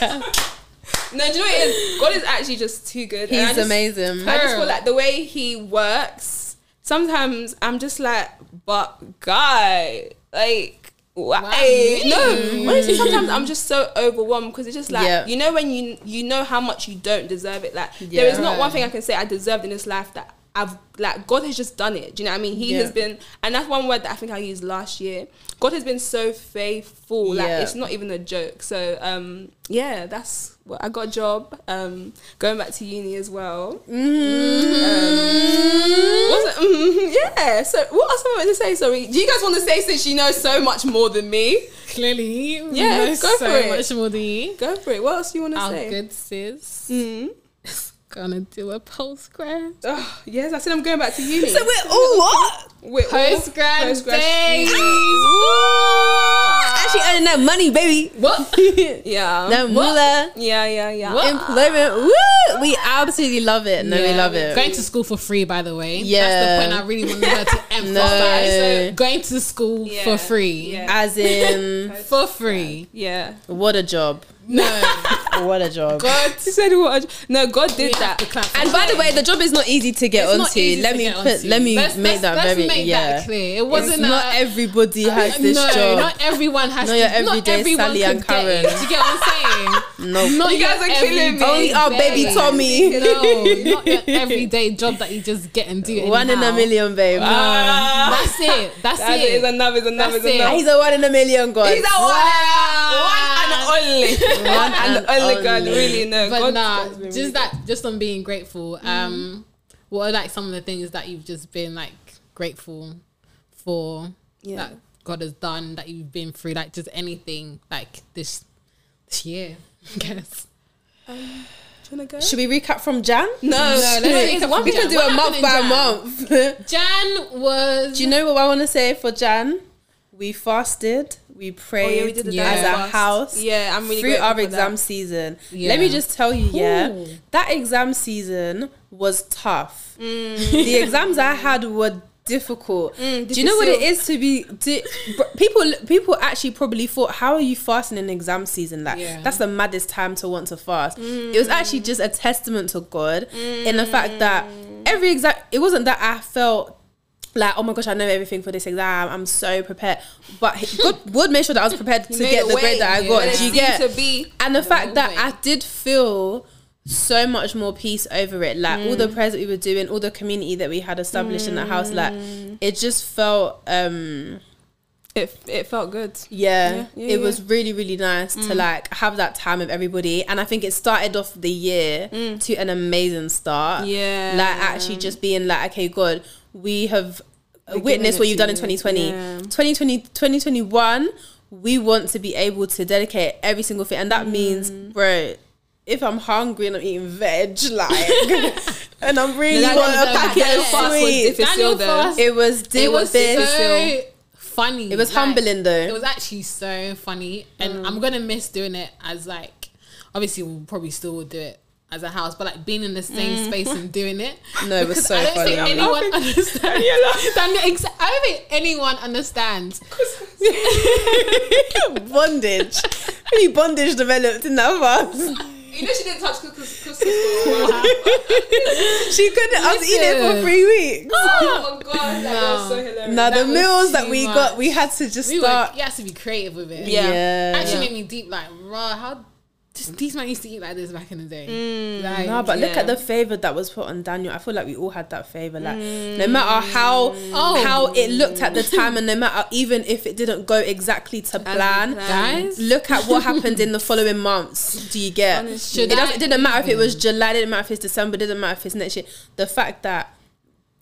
Speaker 2: no do you know what it is God is actually just too good and I
Speaker 3: He's
Speaker 2: just-
Speaker 3: amazing.
Speaker 2: I just
Speaker 1: Girl.
Speaker 2: feel like the way he works, sometimes I'm just like, but guy, Like, why?
Speaker 1: me?
Speaker 2: No, honestly, sometimes I'm just so overwhelmed because it's just like
Speaker 3: Yeah.
Speaker 2: you know when you you know how much you don't deserve it. Like
Speaker 3: Yeah.
Speaker 2: there is not one thing I can say I deserved in this life that I've like God has just done it. Do you know what I mean? He
Speaker 3: Yeah.
Speaker 2: has been, and that's one word that I think I used last year. God has been so faithful. Like
Speaker 3: Yeah.
Speaker 2: it's not even a joke. So um, yeah, that's what I got. A job, um, going back to uni as well.
Speaker 1: Mm-hmm.
Speaker 2: Um, what's it- mhm, yeah. So what else am I meant to say? Sorry. Do you guys want to say since you know so much more than me?
Speaker 1: Clearly, you
Speaker 2: Yeah,
Speaker 1: know
Speaker 2: go
Speaker 1: so
Speaker 2: for it.
Speaker 1: much more than you.
Speaker 2: Go for it. What else do you want to
Speaker 1: Our
Speaker 2: say?
Speaker 1: Oh, good sis
Speaker 3: Mm.
Speaker 2: Mhm.
Speaker 1: is gonna do a post grad.
Speaker 2: Ugh, Oh, yes, I said I'm going back to uni.
Speaker 3: So we're all what?
Speaker 2: We're all
Speaker 1: Post grad
Speaker 2: postgrad
Speaker 1: days.
Speaker 2: students.
Speaker 3: Actually earning that money, baby.
Speaker 1: What?
Speaker 2: Yeah.
Speaker 3: That moolah.
Speaker 2: Yeah, yeah, yeah.
Speaker 3: Ah.
Speaker 1: What?
Speaker 3: Employment. Woo! We absolutely love it. No, we
Speaker 2: Yeah,
Speaker 3: love
Speaker 2: we-
Speaker 3: it.
Speaker 1: Going to school for free, by the way.
Speaker 3: Yeah.
Speaker 1: That's the point I really wanted her to emphasize. Going to school
Speaker 2: Yeah.
Speaker 1: for free.
Speaker 2: Yeah.
Speaker 3: As in,
Speaker 1: For free.
Speaker 2: Yeah.
Speaker 3: what a job.
Speaker 1: No.
Speaker 3: What a job.
Speaker 1: God.
Speaker 2: She said what? No, God did
Speaker 1: We have
Speaker 2: that.
Speaker 1: to clap for
Speaker 3: And by the way, the job is not easy to get
Speaker 1: It's not
Speaker 3: onto.
Speaker 1: easy
Speaker 3: Let
Speaker 1: to
Speaker 3: me
Speaker 1: get
Speaker 3: put,
Speaker 1: onto.
Speaker 3: let me
Speaker 1: Let's-
Speaker 3: make
Speaker 1: let's-
Speaker 3: that
Speaker 1: let's
Speaker 3: very
Speaker 1: make
Speaker 3: yeah.
Speaker 1: that clear. It wasn't a,
Speaker 3: not everybody has this
Speaker 1: no,
Speaker 3: job.
Speaker 1: not everyone has.
Speaker 3: Not your
Speaker 1: to- not
Speaker 3: everyday
Speaker 1: everyone
Speaker 3: Sally
Speaker 1: can
Speaker 3: and
Speaker 1: get it.
Speaker 3: Karen.
Speaker 1: Do you get what I'm saying?
Speaker 3: no.
Speaker 1: Not
Speaker 2: You guys
Speaker 1: your
Speaker 2: are killing me.
Speaker 1: everyday
Speaker 3: Only our baby
Speaker 1: day.
Speaker 3: Tommy.
Speaker 1: No, not your everyday job that you just get and do.
Speaker 3: one in a
Speaker 1: anyhow.
Speaker 3: million, babe.
Speaker 1: No, that's it. That's,
Speaker 2: That
Speaker 1: it.
Speaker 2: is another, is another, is
Speaker 1: That's it.
Speaker 2: another.
Speaker 3: Ah, He's a one in a million god.
Speaker 2: He's a one,
Speaker 1: Wow.
Speaker 2: one and only, one and,
Speaker 3: and
Speaker 2: only, God.
Speaker 3: only.
Speaker 2: Really, Oh, no,
Speaker 1: but
Speaker 2: God,
Speaker 1: nah,
Speaker 2: God's been
Speaker 1: just
Speaker 2: really
Speaker 1: that, just on being grateful. Um, what are like some of the things that you've just been like grateful for
Speaker 2: Yeah.
Speaker 1: that God has done that you've been through, like just anything like this this year, I guess.
Speaker 2: good. Do you wanna go?
Speaker 3: Should we recap from Jan?
Speaker 2: No, no,
Speaker 1: let's
Speaker 3: Wait,
Speaker 1: recap from
Speaker 3: we can
Speaker 1: Jan.
Speaker 3: do
Speaker 1: What
Speaker 3: a month by
Speaker 1: happened
Speaker 3: month. do
Speaker 1: Jan was
Speaker 3: you know what I want to say for Jan? We fasted, we prayed
Speaker 1: the
Speaker 2: Oh, yeah.
Speaker 1: diet
Speaker 3: as a house.
Speaker 2: Yeah, I'm really
Speaker 3: through
Speaker 2: grateful
Speaker 3: our
Speaker 2: for
Speaker 3: exam
Speaker 2: That.
Speaker 3: season.
Speaker 1: Yeah.
Speaker 3: Let me just tell you, yeah,
Speaker 1: Ooh.
Speaker 3: that exam season was tough.
Speaker 2: Mm.
Speaker 3: the exams I had were difficult. Do you know what it
Speaker 2: difficile.
Speaker 3: is to be to, br- people? People actually probably thought, "How are you fasting in exam season? Like
Speaker 1: Yeah.
Speaker 3: that's the maddest time to want to fast." It was actually
Speaker 2: Mm.
Speaker 3: just a testament to God in the fact that every exact. It wasn't that I felt like, oh my gosh, I know everything for this exam. I'm so prepared. But he- God would make sure that I was prepared to
Speaker 2: made
Speaker 3: get
Speaker 2: a
Speaker 3: the
Speaker 2: way,
Speaker 3: grade that I
Speaker 1: yeah.
Speaker 3: got.
Speaker 2: But
Speaker 1: But
Speaker 2: it
Speaker 3: Do you
Speaker 2: seemed
Speaker 3: get?
Speaker 2: to be
Speaker 3: and the fact that
Speaker 1: way.
Speaker 3: I did feel so much more peace over it. Like all the prayers that we were doing, all the community that we had established in the house, like it just felt um
Speaker 2: it, it felt good.
Speaker 3: yeah,
Speaker 2: Yeah, yeah, Mm.
Speaker 3: it was really, really nice to like have that time with everybody. And I think it started off the year to an amazing start.
Speaker 2: Mm. Yeah.
Speaker 3: Like actually just being like, okay, God, we have witnessed
Speaker 2: it
Speaker 3: what you've
Speaker 2: to
Speaker 3: done in
Speaker 2: you.
Speaker 3: 2020.
Speaker 2: Yeah.
Speaker 3: 2020, 2021, we want to be able to dedicate every single thing. And that
Speaker 2: Mm.
Speaker 3: means, bro, if I'm hungry and I'm eating veg, like, and I'm really
Speaker 1: that
Speaker 3: want
Speaker 1: was
Speaker 3: a
Speaker 1: a-
Speaker 3: packet
Speaker 1: that
Speaker 3: of
Speaker 1: fast was
Speaker 3: sweets.
Speaker 2: difficult.
Speaker 1: Daniel
Speaker 2: though.
Speaker 1: Fast.
Speaker 3: It was,
Speaker 1: It was
Speaker 3: difficult.
Speaker 1: so funny.
Speaker 3: It was
Speaker 1: Like,
Speaker 3: humbling though. Mm.
Speaker 1: It was actually so funny, and I'm gonna miss doing it as like. Obviously, we'll probably still do it as a house, but like being in the same space and doing it.
Speaker 3: Mm. No, it was
Speaker 1: Because
Speaker 3: so
Speaker 1: I don't
Speaker 3: funny.
Speaker 1: think
Speaker 3: I'm
Speaker 1: anyone
Speaker 2: laughing.
Speaker 1: understands.
Speaker 2: Daniela.
Speaker 1: Daniel, exa- I don't think anyone understands.
Speaker 3: bondage. Really bondage developed in that fast.
Speaker 2: You know she didn't touch couscous. Oh
Speaker 3: She couldn't. I was eating it for
Speaker 1: Listen.
Speaker 3: three weeks.
Speaker 2: Oh my god,
Speaker 1: was
Speaker 2: that was
Speaker 1: so
Speaker 2: so hilarious.
Speaker 3: Now the
Speaker 1: That was
Speaker 3: meals that
Speaker 1: too
Speaker 3: we
Speaker 1: much.
Speaker 3: got, we had to just
Speaker 1: We were,
Speaker 3: start.
Speaker 1: you have to be creative with it.
Speaker 2: Yeah.
Speaker 1: Actually, made me deep like, raw. How just, these men used to eat like this back in the day. Like,
Speaker 3: No, but look
Speaker 2: Yeah.
Speaker 3: at the favor that was put on Daniel. I feel like we all had that favor. Like
Speaker 2: Mm.
Speaker 3: no matter how
Speaker 1: Oh.
Speaker 3: how it looked at the time, and no matter even if it didn't go exactly to plan,
Speaker 2: planned.
Speaker 1: guys,
Speaker 3: look at what happened in the following months. Do you get?
Speaker 2: Honestly. Mm.
Speaker 3: It, doesn't, it didn't matter if it was July, didn't matter if it's December, didn't matter if it's next year. The fact that,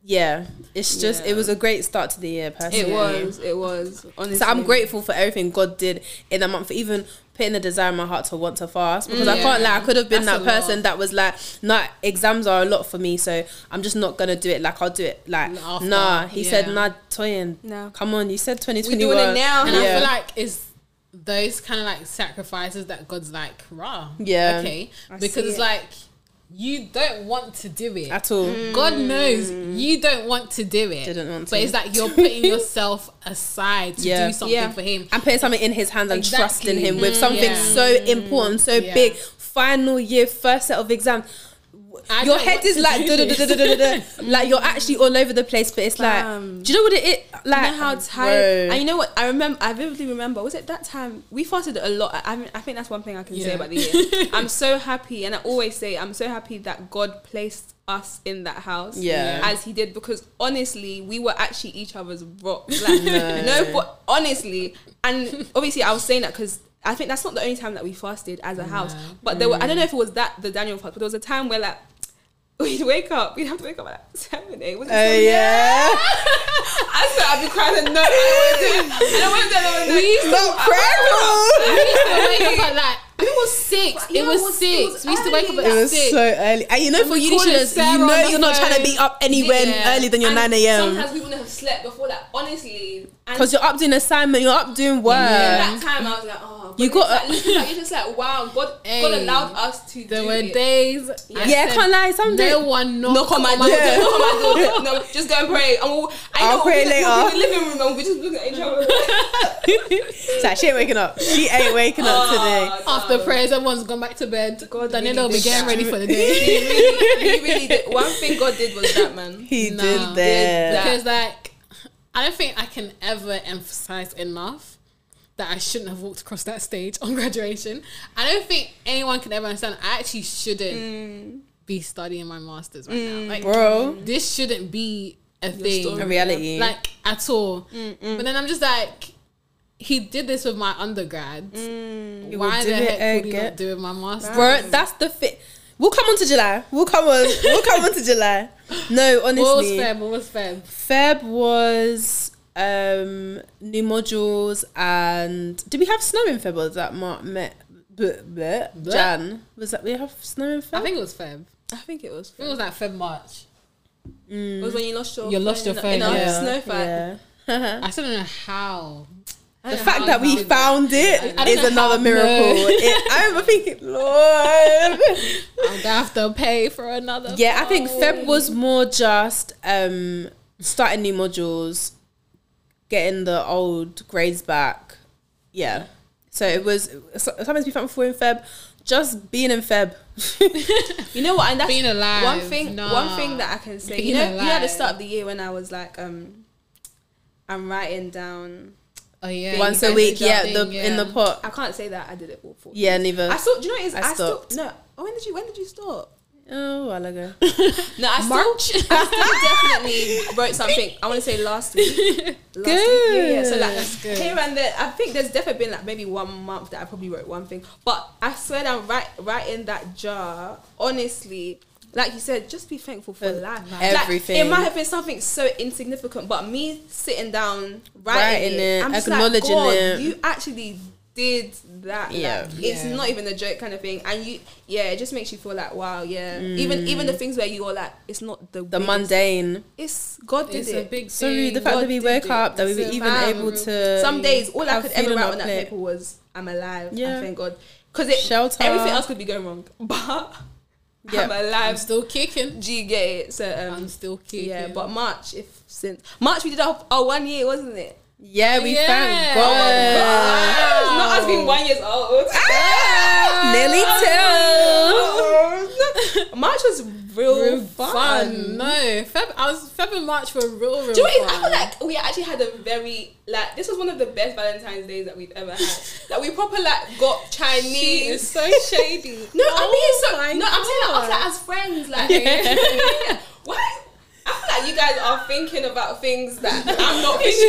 Speaker 3: yeah, it's just
Speaker 2: Yeah.
Speaker 3: it was a great start to the year. Personally,
Speaker 2: It was, it was. Honestly,
Speaker 3: So I'm grateful for everything God did in that month, for even putting the desire in my heart to want to fast. Because I
Speaker 1: Yeah.
Speaker 3: can't lie, I could have been
Speaker 1: That's a
Speaker 3: that
Speaker 1: lot.
Speaker 3: person that was like, nah, exams are a lot for me, so I'm just not gonna do it. Like I'll do it. Like
Speaker 1: After,
Speaker 3: nah, he said,
Speaker 1: yeah.
Speaker 3: nah, Toyin,
Speaker 2: No.
Speaker 3: come on, you said 2021.
Speaker 2: doing it now.
Speaker 1: And I
Speaker 3: Yeah.
Speaker 1: feel like it's those kind of like sacrifices that God's like, rah.
Speaker 3: Yeah.
Speaker 1: Okay.
Speaker 2: I see
Speaker 1: because it's
Speaker 2: it.
Speaker 1: like, you don't want to do it.
Speaker 3: at all.
Speaker 1: God knows you don't want to do it.
Speaker 3: Mm. Didn't want
Speaker 1: But
Speaker 3: to.
Speaker 1: it's like you're putting yourself aside to
Speaker 3: Yeah.
Speaker 1: do something
Speaker 2: Yeah.
Speaker 1: for Him.
Speaker 3: I'm putting something in his hands and
Speaker 1: Exactly.
Speaker 3: trusting him with
Speaker 1: Mm,
Speaker 3: something
Speaker 1: yeah.
Speaker 3: so important, so
Speaker 1: Yeah.
Speaker 3: big. Final year, first set of exams.
Speaker 1: I
Speaker 3: your
Speaker 1: don't
Speaker 3: head
Speaker 1: want
Speaker 3: is
Speaker 1: to
Speaker 3: like
Speaker 1: do
Speaker 3: duh, duh,
Speaker 1: this.
Speaker 3: duh, duh, duh, duh, duh. like you're actually all over the place, but it's
Speaker 2: Fam.
Speaker 3: like do you know what it is? Like
Speaker 2: you know how
Speaker 3: bro.
Speaker 2: tired. And you know what? I remember. I vividly remember. Was it that time we fasted a lot? I, I, mean, I think that's one thing I can say
Speaker 1: Yeah.
Speaker 2: about the year. I'm so happy, and I always say I'm so happy that God placed us in that house.
Speaker 3: Yeah.
Speaker 2: as He did because honestly, we were actually each other's rocks. Like
Speaker 3: No.
Speaker 2: no, but honestly, and obviously, I was saying that because. I think that's not the only time that we fasted as a house,
Speaker 1: No.
Speaker 2: but there were—I don't
Speaker 3: Mm.
Speaker 2: know if it was that the Daniel fast, but there was a time where like we'd wake up, we'd have to wake up at like seven, eight. Was it
Speaker 3: Oh
Speaker 2: seven?
Speaker 3: yeah.
Speaker 2: I swear I'd be crying. No, I don't want to do it. I don't want to do it. I don't want to do it.
Speaker 1: We used to
Speaker 3: Not credible.
Speaker 1: we used to wake up at like I think it was six.
Speaker 2: Yeah,
Speaker 1: it was
Speaker 2: it was-
Speaker 1: six.
Speaker 2: it was
Speaker 1: we used to wake up at
Speaker 3: It was
Speaker 1: six.
Speaker 3: so early. And you know, for
Speaker 1: we
Speaker 3: uni
Speaker 1: called it
Speaker 3: students, you
Speaker 1: Sarah
Speaker 3: know
Speaker 1: on the
Speaker 3: you're not trying to be
Speaker 1: phone.
Speaker 3: up anywhere
Speaker 1: Yeah.
Speaker 3: earlier than your
Speaker 2: And
Speaker 3: 9 a.m.
Speaker 2: Sometimes we wouldn't have slept before that, honestly. And
Speaker 3: Because you're up doing assignment, you're up doing work.
Speaker 1: Yeah.
Speaker 2: that time I was like, oh,
Speaker 3: You
Speaker 2: you got.
Speaker 3: got-
Speaker 2: Like, looking back, you're just like, wow, God, God
Speaker 1: Hey.
Speaker 2: allowed us to
Speaker 1: There
Speaker 2: do
Speaker 1: were
Speaker 2: it.
Speaker 1: days. I
Speaker 3: Yeah, I
Speaker 1: said,
Speaker 3: can't lie. Some
Speaker 1: No
Speaker 3: days.
Speaker 1: one knocked
Speaker 2: Knock on my door.
Speaker 3: Yeah.
Speaker 2: Knock on Oh my door. No, just go and pray. And we'll, I
Speaker 3: I'll
Speaker 2: know
Speaker 3: pray
Speaker 2: we'll,
Speaker 3: later.
Speaker 2: We'll be in the living room and we just look at each other.
Speaker 3: so she ain't waking up. She ain't waking up today.
Speaker 2: Oh,
Speaker 1: After
Speaker 2: no.
Speaker 1: prayers, everyone's gone back to bed.
Speaker 2: God
Speaker 1: Danilo will
Speaker 2: really
Speaker 1: be
Speaker 2: did
Speaker 1: getting
Speaker 2: that.
Speaker 1: ready for the day
Speaker 2: He really, he really did. One thing God did was that, man.
Speaker 3: He
Speaker 1: Nah.
Speaker 3: did that.
Speaker 1: because, like, I don't think I can ever emphasize enough that I shouldn't have walked across that stage on graduation. I don't think anyone can ever understand. I actually shouldn't
Speaker 3: Mm.
Speaker 1: be studying my masters right now. Like,
Speaker 3: Bro,
Speaker 1: this shouldn't be a thing.
Speaker 2: story.
Speaker 3: a reality.
Speaker 1: like at all. But then I'm just like, he did this with my undergrad. Why
Speaker 3: will
Speaker 1: the
Speaker 3: Mm. do it
Speaker 1: heck would he
Speaker 3: again.
Speaker 1: not do it with my master?
Speaker 3: Bro, that's the fit. We'll come on to July. We'll come on. We'll come on to July. No,
Speaker 1: What was
Speaker 3: honestly.
Speaker 1: Feb? What was Feb?
Speaker 3: Feb was um new modules and did we have snow in Feb or was that Mark met Jan? Was that we have snow in Feb?
Speaker 1: I think it was Feb.
Speaker 2: I think it was.
Speaker 1: I think it was like Feb March.
Speaker 2: It was when you lost your.
Speaker 1: You lost your
Speaker 2: in a-
Speaker 1: phone,
Speaker 2: in a
Speaker 1: yeah.
Speaker 2: snow fight.
Speaker 3: Yeah.
Speaker 1: I still don't know how.
Speaker 3: the fact that we found it
Speaker 1: I don't
Speaker 3: is
Speaker 1: know
Speaker 3: another
Speaker 1: how,
Speaker 3: miracle.
Speaker 1: no.
Speaker 3: It- I remember thinking, Lord.
Speaker 1: I'm gonna have to pay for another.
Speaker 3: Yeah, I think
Speaker 1: phone.
Speaker 3: Feb was more just um starting new modules, getting the old grades back. Yeah. So it was so- sometimes we found four in Feb, just being in Feb.
Speaker 2: You know what? And that's
Speaker 1: Being alive,
Speaker 2: One thing.
Speaker 1: nah.
Speaker 2: One thing that I can say. you
Speaker 1: Being
Speaker 2: know, you know, at the
Speaker 1: alive.
Speaker 2: start of the year when I was like, um, I'm writing down.
Speaker 1: oh yeah,
Speaker 3: Once
Speaker 1: you
Speaker 3: a
Speaker 1: guys
Speaker 3: week,
Speaker 1: did
Speaker 3: yeah,
Speaker 1: that
Speaker 3: the
Speaker 1: thing,
Speaker 3: in the pot.
Speaker 2: I can't say that I did it all for.
Speaker 3: Yeah, neither.
Speaker 2: I still. Do you know what it is?
Speaker 3: I
Speaker 2: I, still.
Speaker 3: stopped.
Speaker 2: No. oh, When did you? When did you stop?
Speaker 3: oh, a while ago.
Speaker 2: No, I
Speaker 1: March.
Speaker 2: still. I still definitely wrote something. I want to say last week. Last Week. Yeah, yeah. So like
Speaker 1: That's good.
Speaker 2: here and there, I think there's definitely been like maybe one month that I probably wrote one thing. But I swear that right, right in that jar, honestly. Like you said, just be thankful for
Speaker 3: Uh,
Speaker 2: life.
Speaker 3: everything.
Speaker 2: Like, it might have been something so insignificant, but me sitting down, writing,
Speaker 3: Writing
Speaker 2: it,
Speaker 3: it,
Speaker 2: I'm just
Speaker 3: acknowledging
Speaker 2: like, God,
Speaker 3: it.
Speaker 2: You actually did that.
Speaker 3: Yeah.
Speaker 2: Yeah, it's
Speaker 1: Yeah.
Speaker 2: not even a joke kind of thing. And you, yeah, it just makes you feel like, wow, yeah. Even even the things where you are like, it's not the
Speaker 3: Mm. The
Speaker 2: biggest-
Speaker 3: mundane.
Speaker 2: It's God did
Speaker 1: It's a
Speaker 2: it.
Speaker 1: big
Speaker 3: Sorry,
Speaker 1: thing.
Speaker 3: the fact
Speaker 2: God
Speaker 3: that we
Speaker 2: did
Speaker 3: woke
Speaker 2: it.
Speaker 3: up, that we were
Speaker 1: It's a
Speaker 3: even
Speaker 1: man,
Speaker 3: able
Speaker 1: real-
Speaker 3: to.
Speaker 2: Some days, all I
Speaker 3: have
Speaker 2: could
Speaker 3: food
Speaker 2: ever
Speaker 3: on
Speaker 2: write
Speaker 3: our
Speaker 2: on that
Speaker 3: plate.
Speaker 2: paper was, "I'm alive."
Speaker 3: Yeah.
Speaker 2: I thank God because it
Speaker 3: Shelter.
Speaker 2: everything else could be going wrong, but
Speaker 3: Yeah.
Speaker 2: I'm
Speaker 1: I'm
Speaker 2: alive.
Speaker 1: still kicking.
Speaker 2: Do you get it? So um,
Speaker 1: I'm still kicking.
Speaker 2: yeah, but March, if since March we did our, our one year, wasn't it? uh,
Speaker 3: Yeah, we
Speaker 1: Yeah.
Speaker 3: thank
Speaker 1: Oh
Speaker 3: God.
Speaker 1: my God.
Speaker 2: It's not us being one years old.
Speaker 3: Nearly two.
Speaker 2: Ah! March was real,
Speaker 1: Real
Speaker 2: fun.
Speaker 1: fun. No, Feb. I was Feb and March were real, real
Speaker 2: Do you know what it is? I
Speaker 1: fun.
Speaker 2: feel like we actually had a very like this was one of the best Valentine's days that we've ever had. like we proper like got
Speaker 1: she is
Speaker 2: Chinese.
Speaker 1: so shady. Oh
Speaker 2: No, I'm
Speaker 1: my
Speaker 2: being so. No, I'm saying that I was like as friends. Like, yeah. why? I feel like you guys are thinking about things that I'm not
Speaker 1: You
Speaker 2: thinking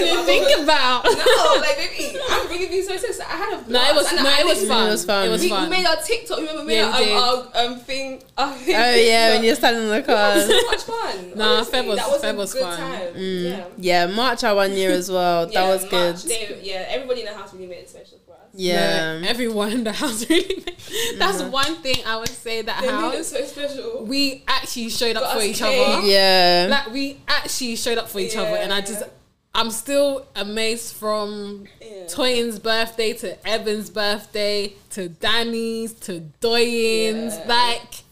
Speaker 1: shouldn't think about.
Speaker 2: about. no, like baby, I'm bringing you so serious. I had a
Speaker 1: No, it was
Speaker 2: blast, and
Speaker 1: no,
Speaker 2: I
Speaker 1: it was
Speaker 2: didn't-
Speaker 1: fun.
Speaker 3: It was fun.
Speaker 2: We, we made our TikTok. Remember, we
Speaker 1: Yeah,
Speaker 2: made
Speaker 1: we
Speaker 2: our, our um thing. Our
Speaker 3: Oh, yeah, when you're standing in the car.
Speaker 2: so much fun.
Speaker 1: Nah,
Speaker 2: honestly.
Speaker 1: Feb was-
Speaker 2: that was
Speaker 1: Feb
Speaker 2: a
Speaker 1: was
Speaker 2: good
Speaker 1: fun. Mm.
Speaker 2: Time. Yeah.
Speaker 3: Yeah, March our one year as well. That
Speaker 2: Yeah,
Speaker 3: was good.
Speaker 2: March, they- yeah, everybody in the house really made it special for us.
Speaker 3: yeah.
Speaker 1: No, everyone in the house really. made- That's one thing I would say that
Speaker 2: They made it
Speaker 1: house
Speaker 2: so special.
Speaker 1: we actually showed up
Speaker 2: Got
Speaker 1: for
Speaker 2: us
Speaker 1: each
Speaker 2: cake.
Speaker 1: other.
Speaker 3: yeah.
Speaker 1: Like we actually showed up for each other, and I just
Speaker 2: Yeah.
Speaker 1: I'm still amazed from
Speaker 2: Yeah.
Speaker 1: Toyin's birthday to Evan's birthday to Danny's to Doyin's
Speaker 2: Yeah.
Speaker 1: like.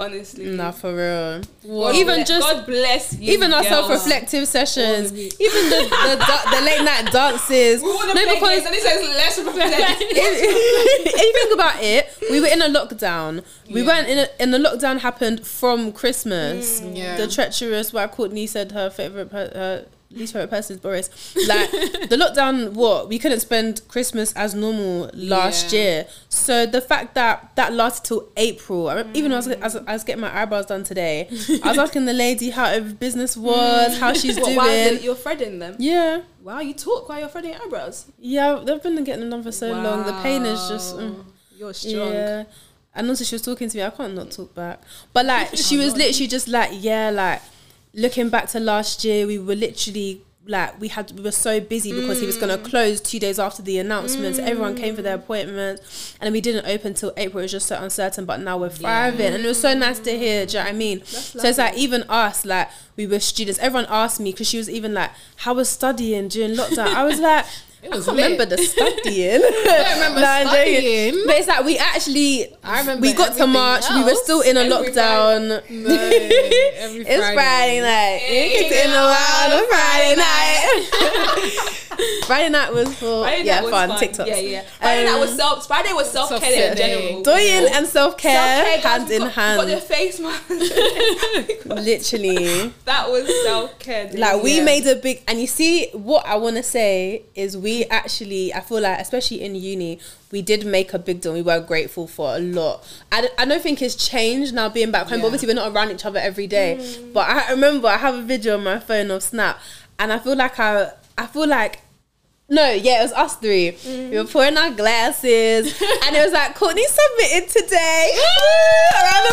Speaker 2: Honestly.
Speaker 3: Nah, for real.
Speaker 1: Whoa.
Speaker 3: Even
Speaker 2: bless-
Speaker 3: just-
Speaker 2: God bless you.
Speaker 3: even our
Speaker 2: girls.
Speaker 3: self-reflective sessions,
Speaker 1: All of it.
Speaker 3: even the the, da- the late night dances.
Speaker 2: We want to
Speaker 3: No,
Speaker 2: play
Speaker 3: because
Speaker 2: games and it says let's reflect.
Speaker 3: if, if you think about it, we were in a lockdown. We
Speaker 1: Yeah.
Speaker 3: weren't in a, and the lockdown happened from Christmas.
Speaker 1: Yeah.
Speaker 3: The treacherous, what Courtney said her favorite, per, her least favorite person is Boris. Like the lockdown, what we couldn't spend Christmas as normal last
Speaker 1: Yeah.
Speaker 3: year. So the fact that that lasted till April, I remember, even as I,
Speaker 1: Mm.
Speaker 3: was- as I was getting my eyebrows done today, I was asking the lady how her business was,
Speaker 1: Mm.
Speaker 3: how she's
Speaker 2: What,
Speaker 3: doing.
Speaker 2: while you're- you're threading them.
Speaker 3: yeah.
Speaker 2: Wow, you talk while you're threading your eyebrows.
Speaker 3: Yeah, they've been getting them for so long. The pain is just.
Speaker 1: Wow.
Speaker 3: mm.
Speaker 2: You're strong.
Speaker 3: Yeah. And also she was talking to me, I can't not talk back. But like she was literally just like, yeah, like looking back to last year, we were literally like we had we were so busy because he was gonna close two days after the announcements. Everyone came for their appointments and we didn't open till April, it was just so uncertain, but now we're thriving. And it was so nice to hear, do you know what I mean? So it's like even us, like we were students, everyone asked me because she was even like, How was studying during lockdown? I was like,
Speaker 1: It was
Speaker 3: I can't
Speaker 1: lit.
Speaker 3: remember the studying. I
Speaker 1: don't remember studying.
Speaker 3: But it's like we actually
Speaker 1: I remember
Speaker 3: we got to
Speaker 1: everything
Speaker 3: March, we were
Speaker 1: else.
Speaker 3: still in a
Speaker 1: Every
Speaker 3: lockdown.
Speaker 1: No, every
Speaker 3: It's
Speaker 1: Friday.
Speaker 3: Friday, night. It's in a while on Friday night. Friday night was for
Speaker 2: Friday
Speaker 3: yeah,
Speaker 2: night was
Speaker 3: fun,
Speaker 2: fun.
Speaker 3: TikToks.
Speaker 2: Yeah, yeah. Friday night was
Speaker 3: Um,
Speaker 2: self. Friday was self care in
Speaker 1: self-care day.
Speaker 2: general.
Speaker 3: Doing and self care
Speaker 2: Self-care, guys,
Speaker 3: hand
Speaker 2: we
Speaker 3: in
Speaker 2: got, We got the
Speaker 3: hand.
Speaker 2: face mask.
Speaker 3: Literally.
Speaker 2: that was self care.
Speaker 3: Like we made a big and you see what I wanna say is we actually I feel like especially in uni we did make a big deal we were grateful for a lot I, d- I don't think it's changed now being back home but
Speaker 1: Yeah.
Speaker 3: obviously we're not around each other every day but I remember I have a video on my phone of snap and I feel like I I feel like no, yeah, it was us three. We were pouring our glasses, and it was like Courtney submitted today. Woo! A round of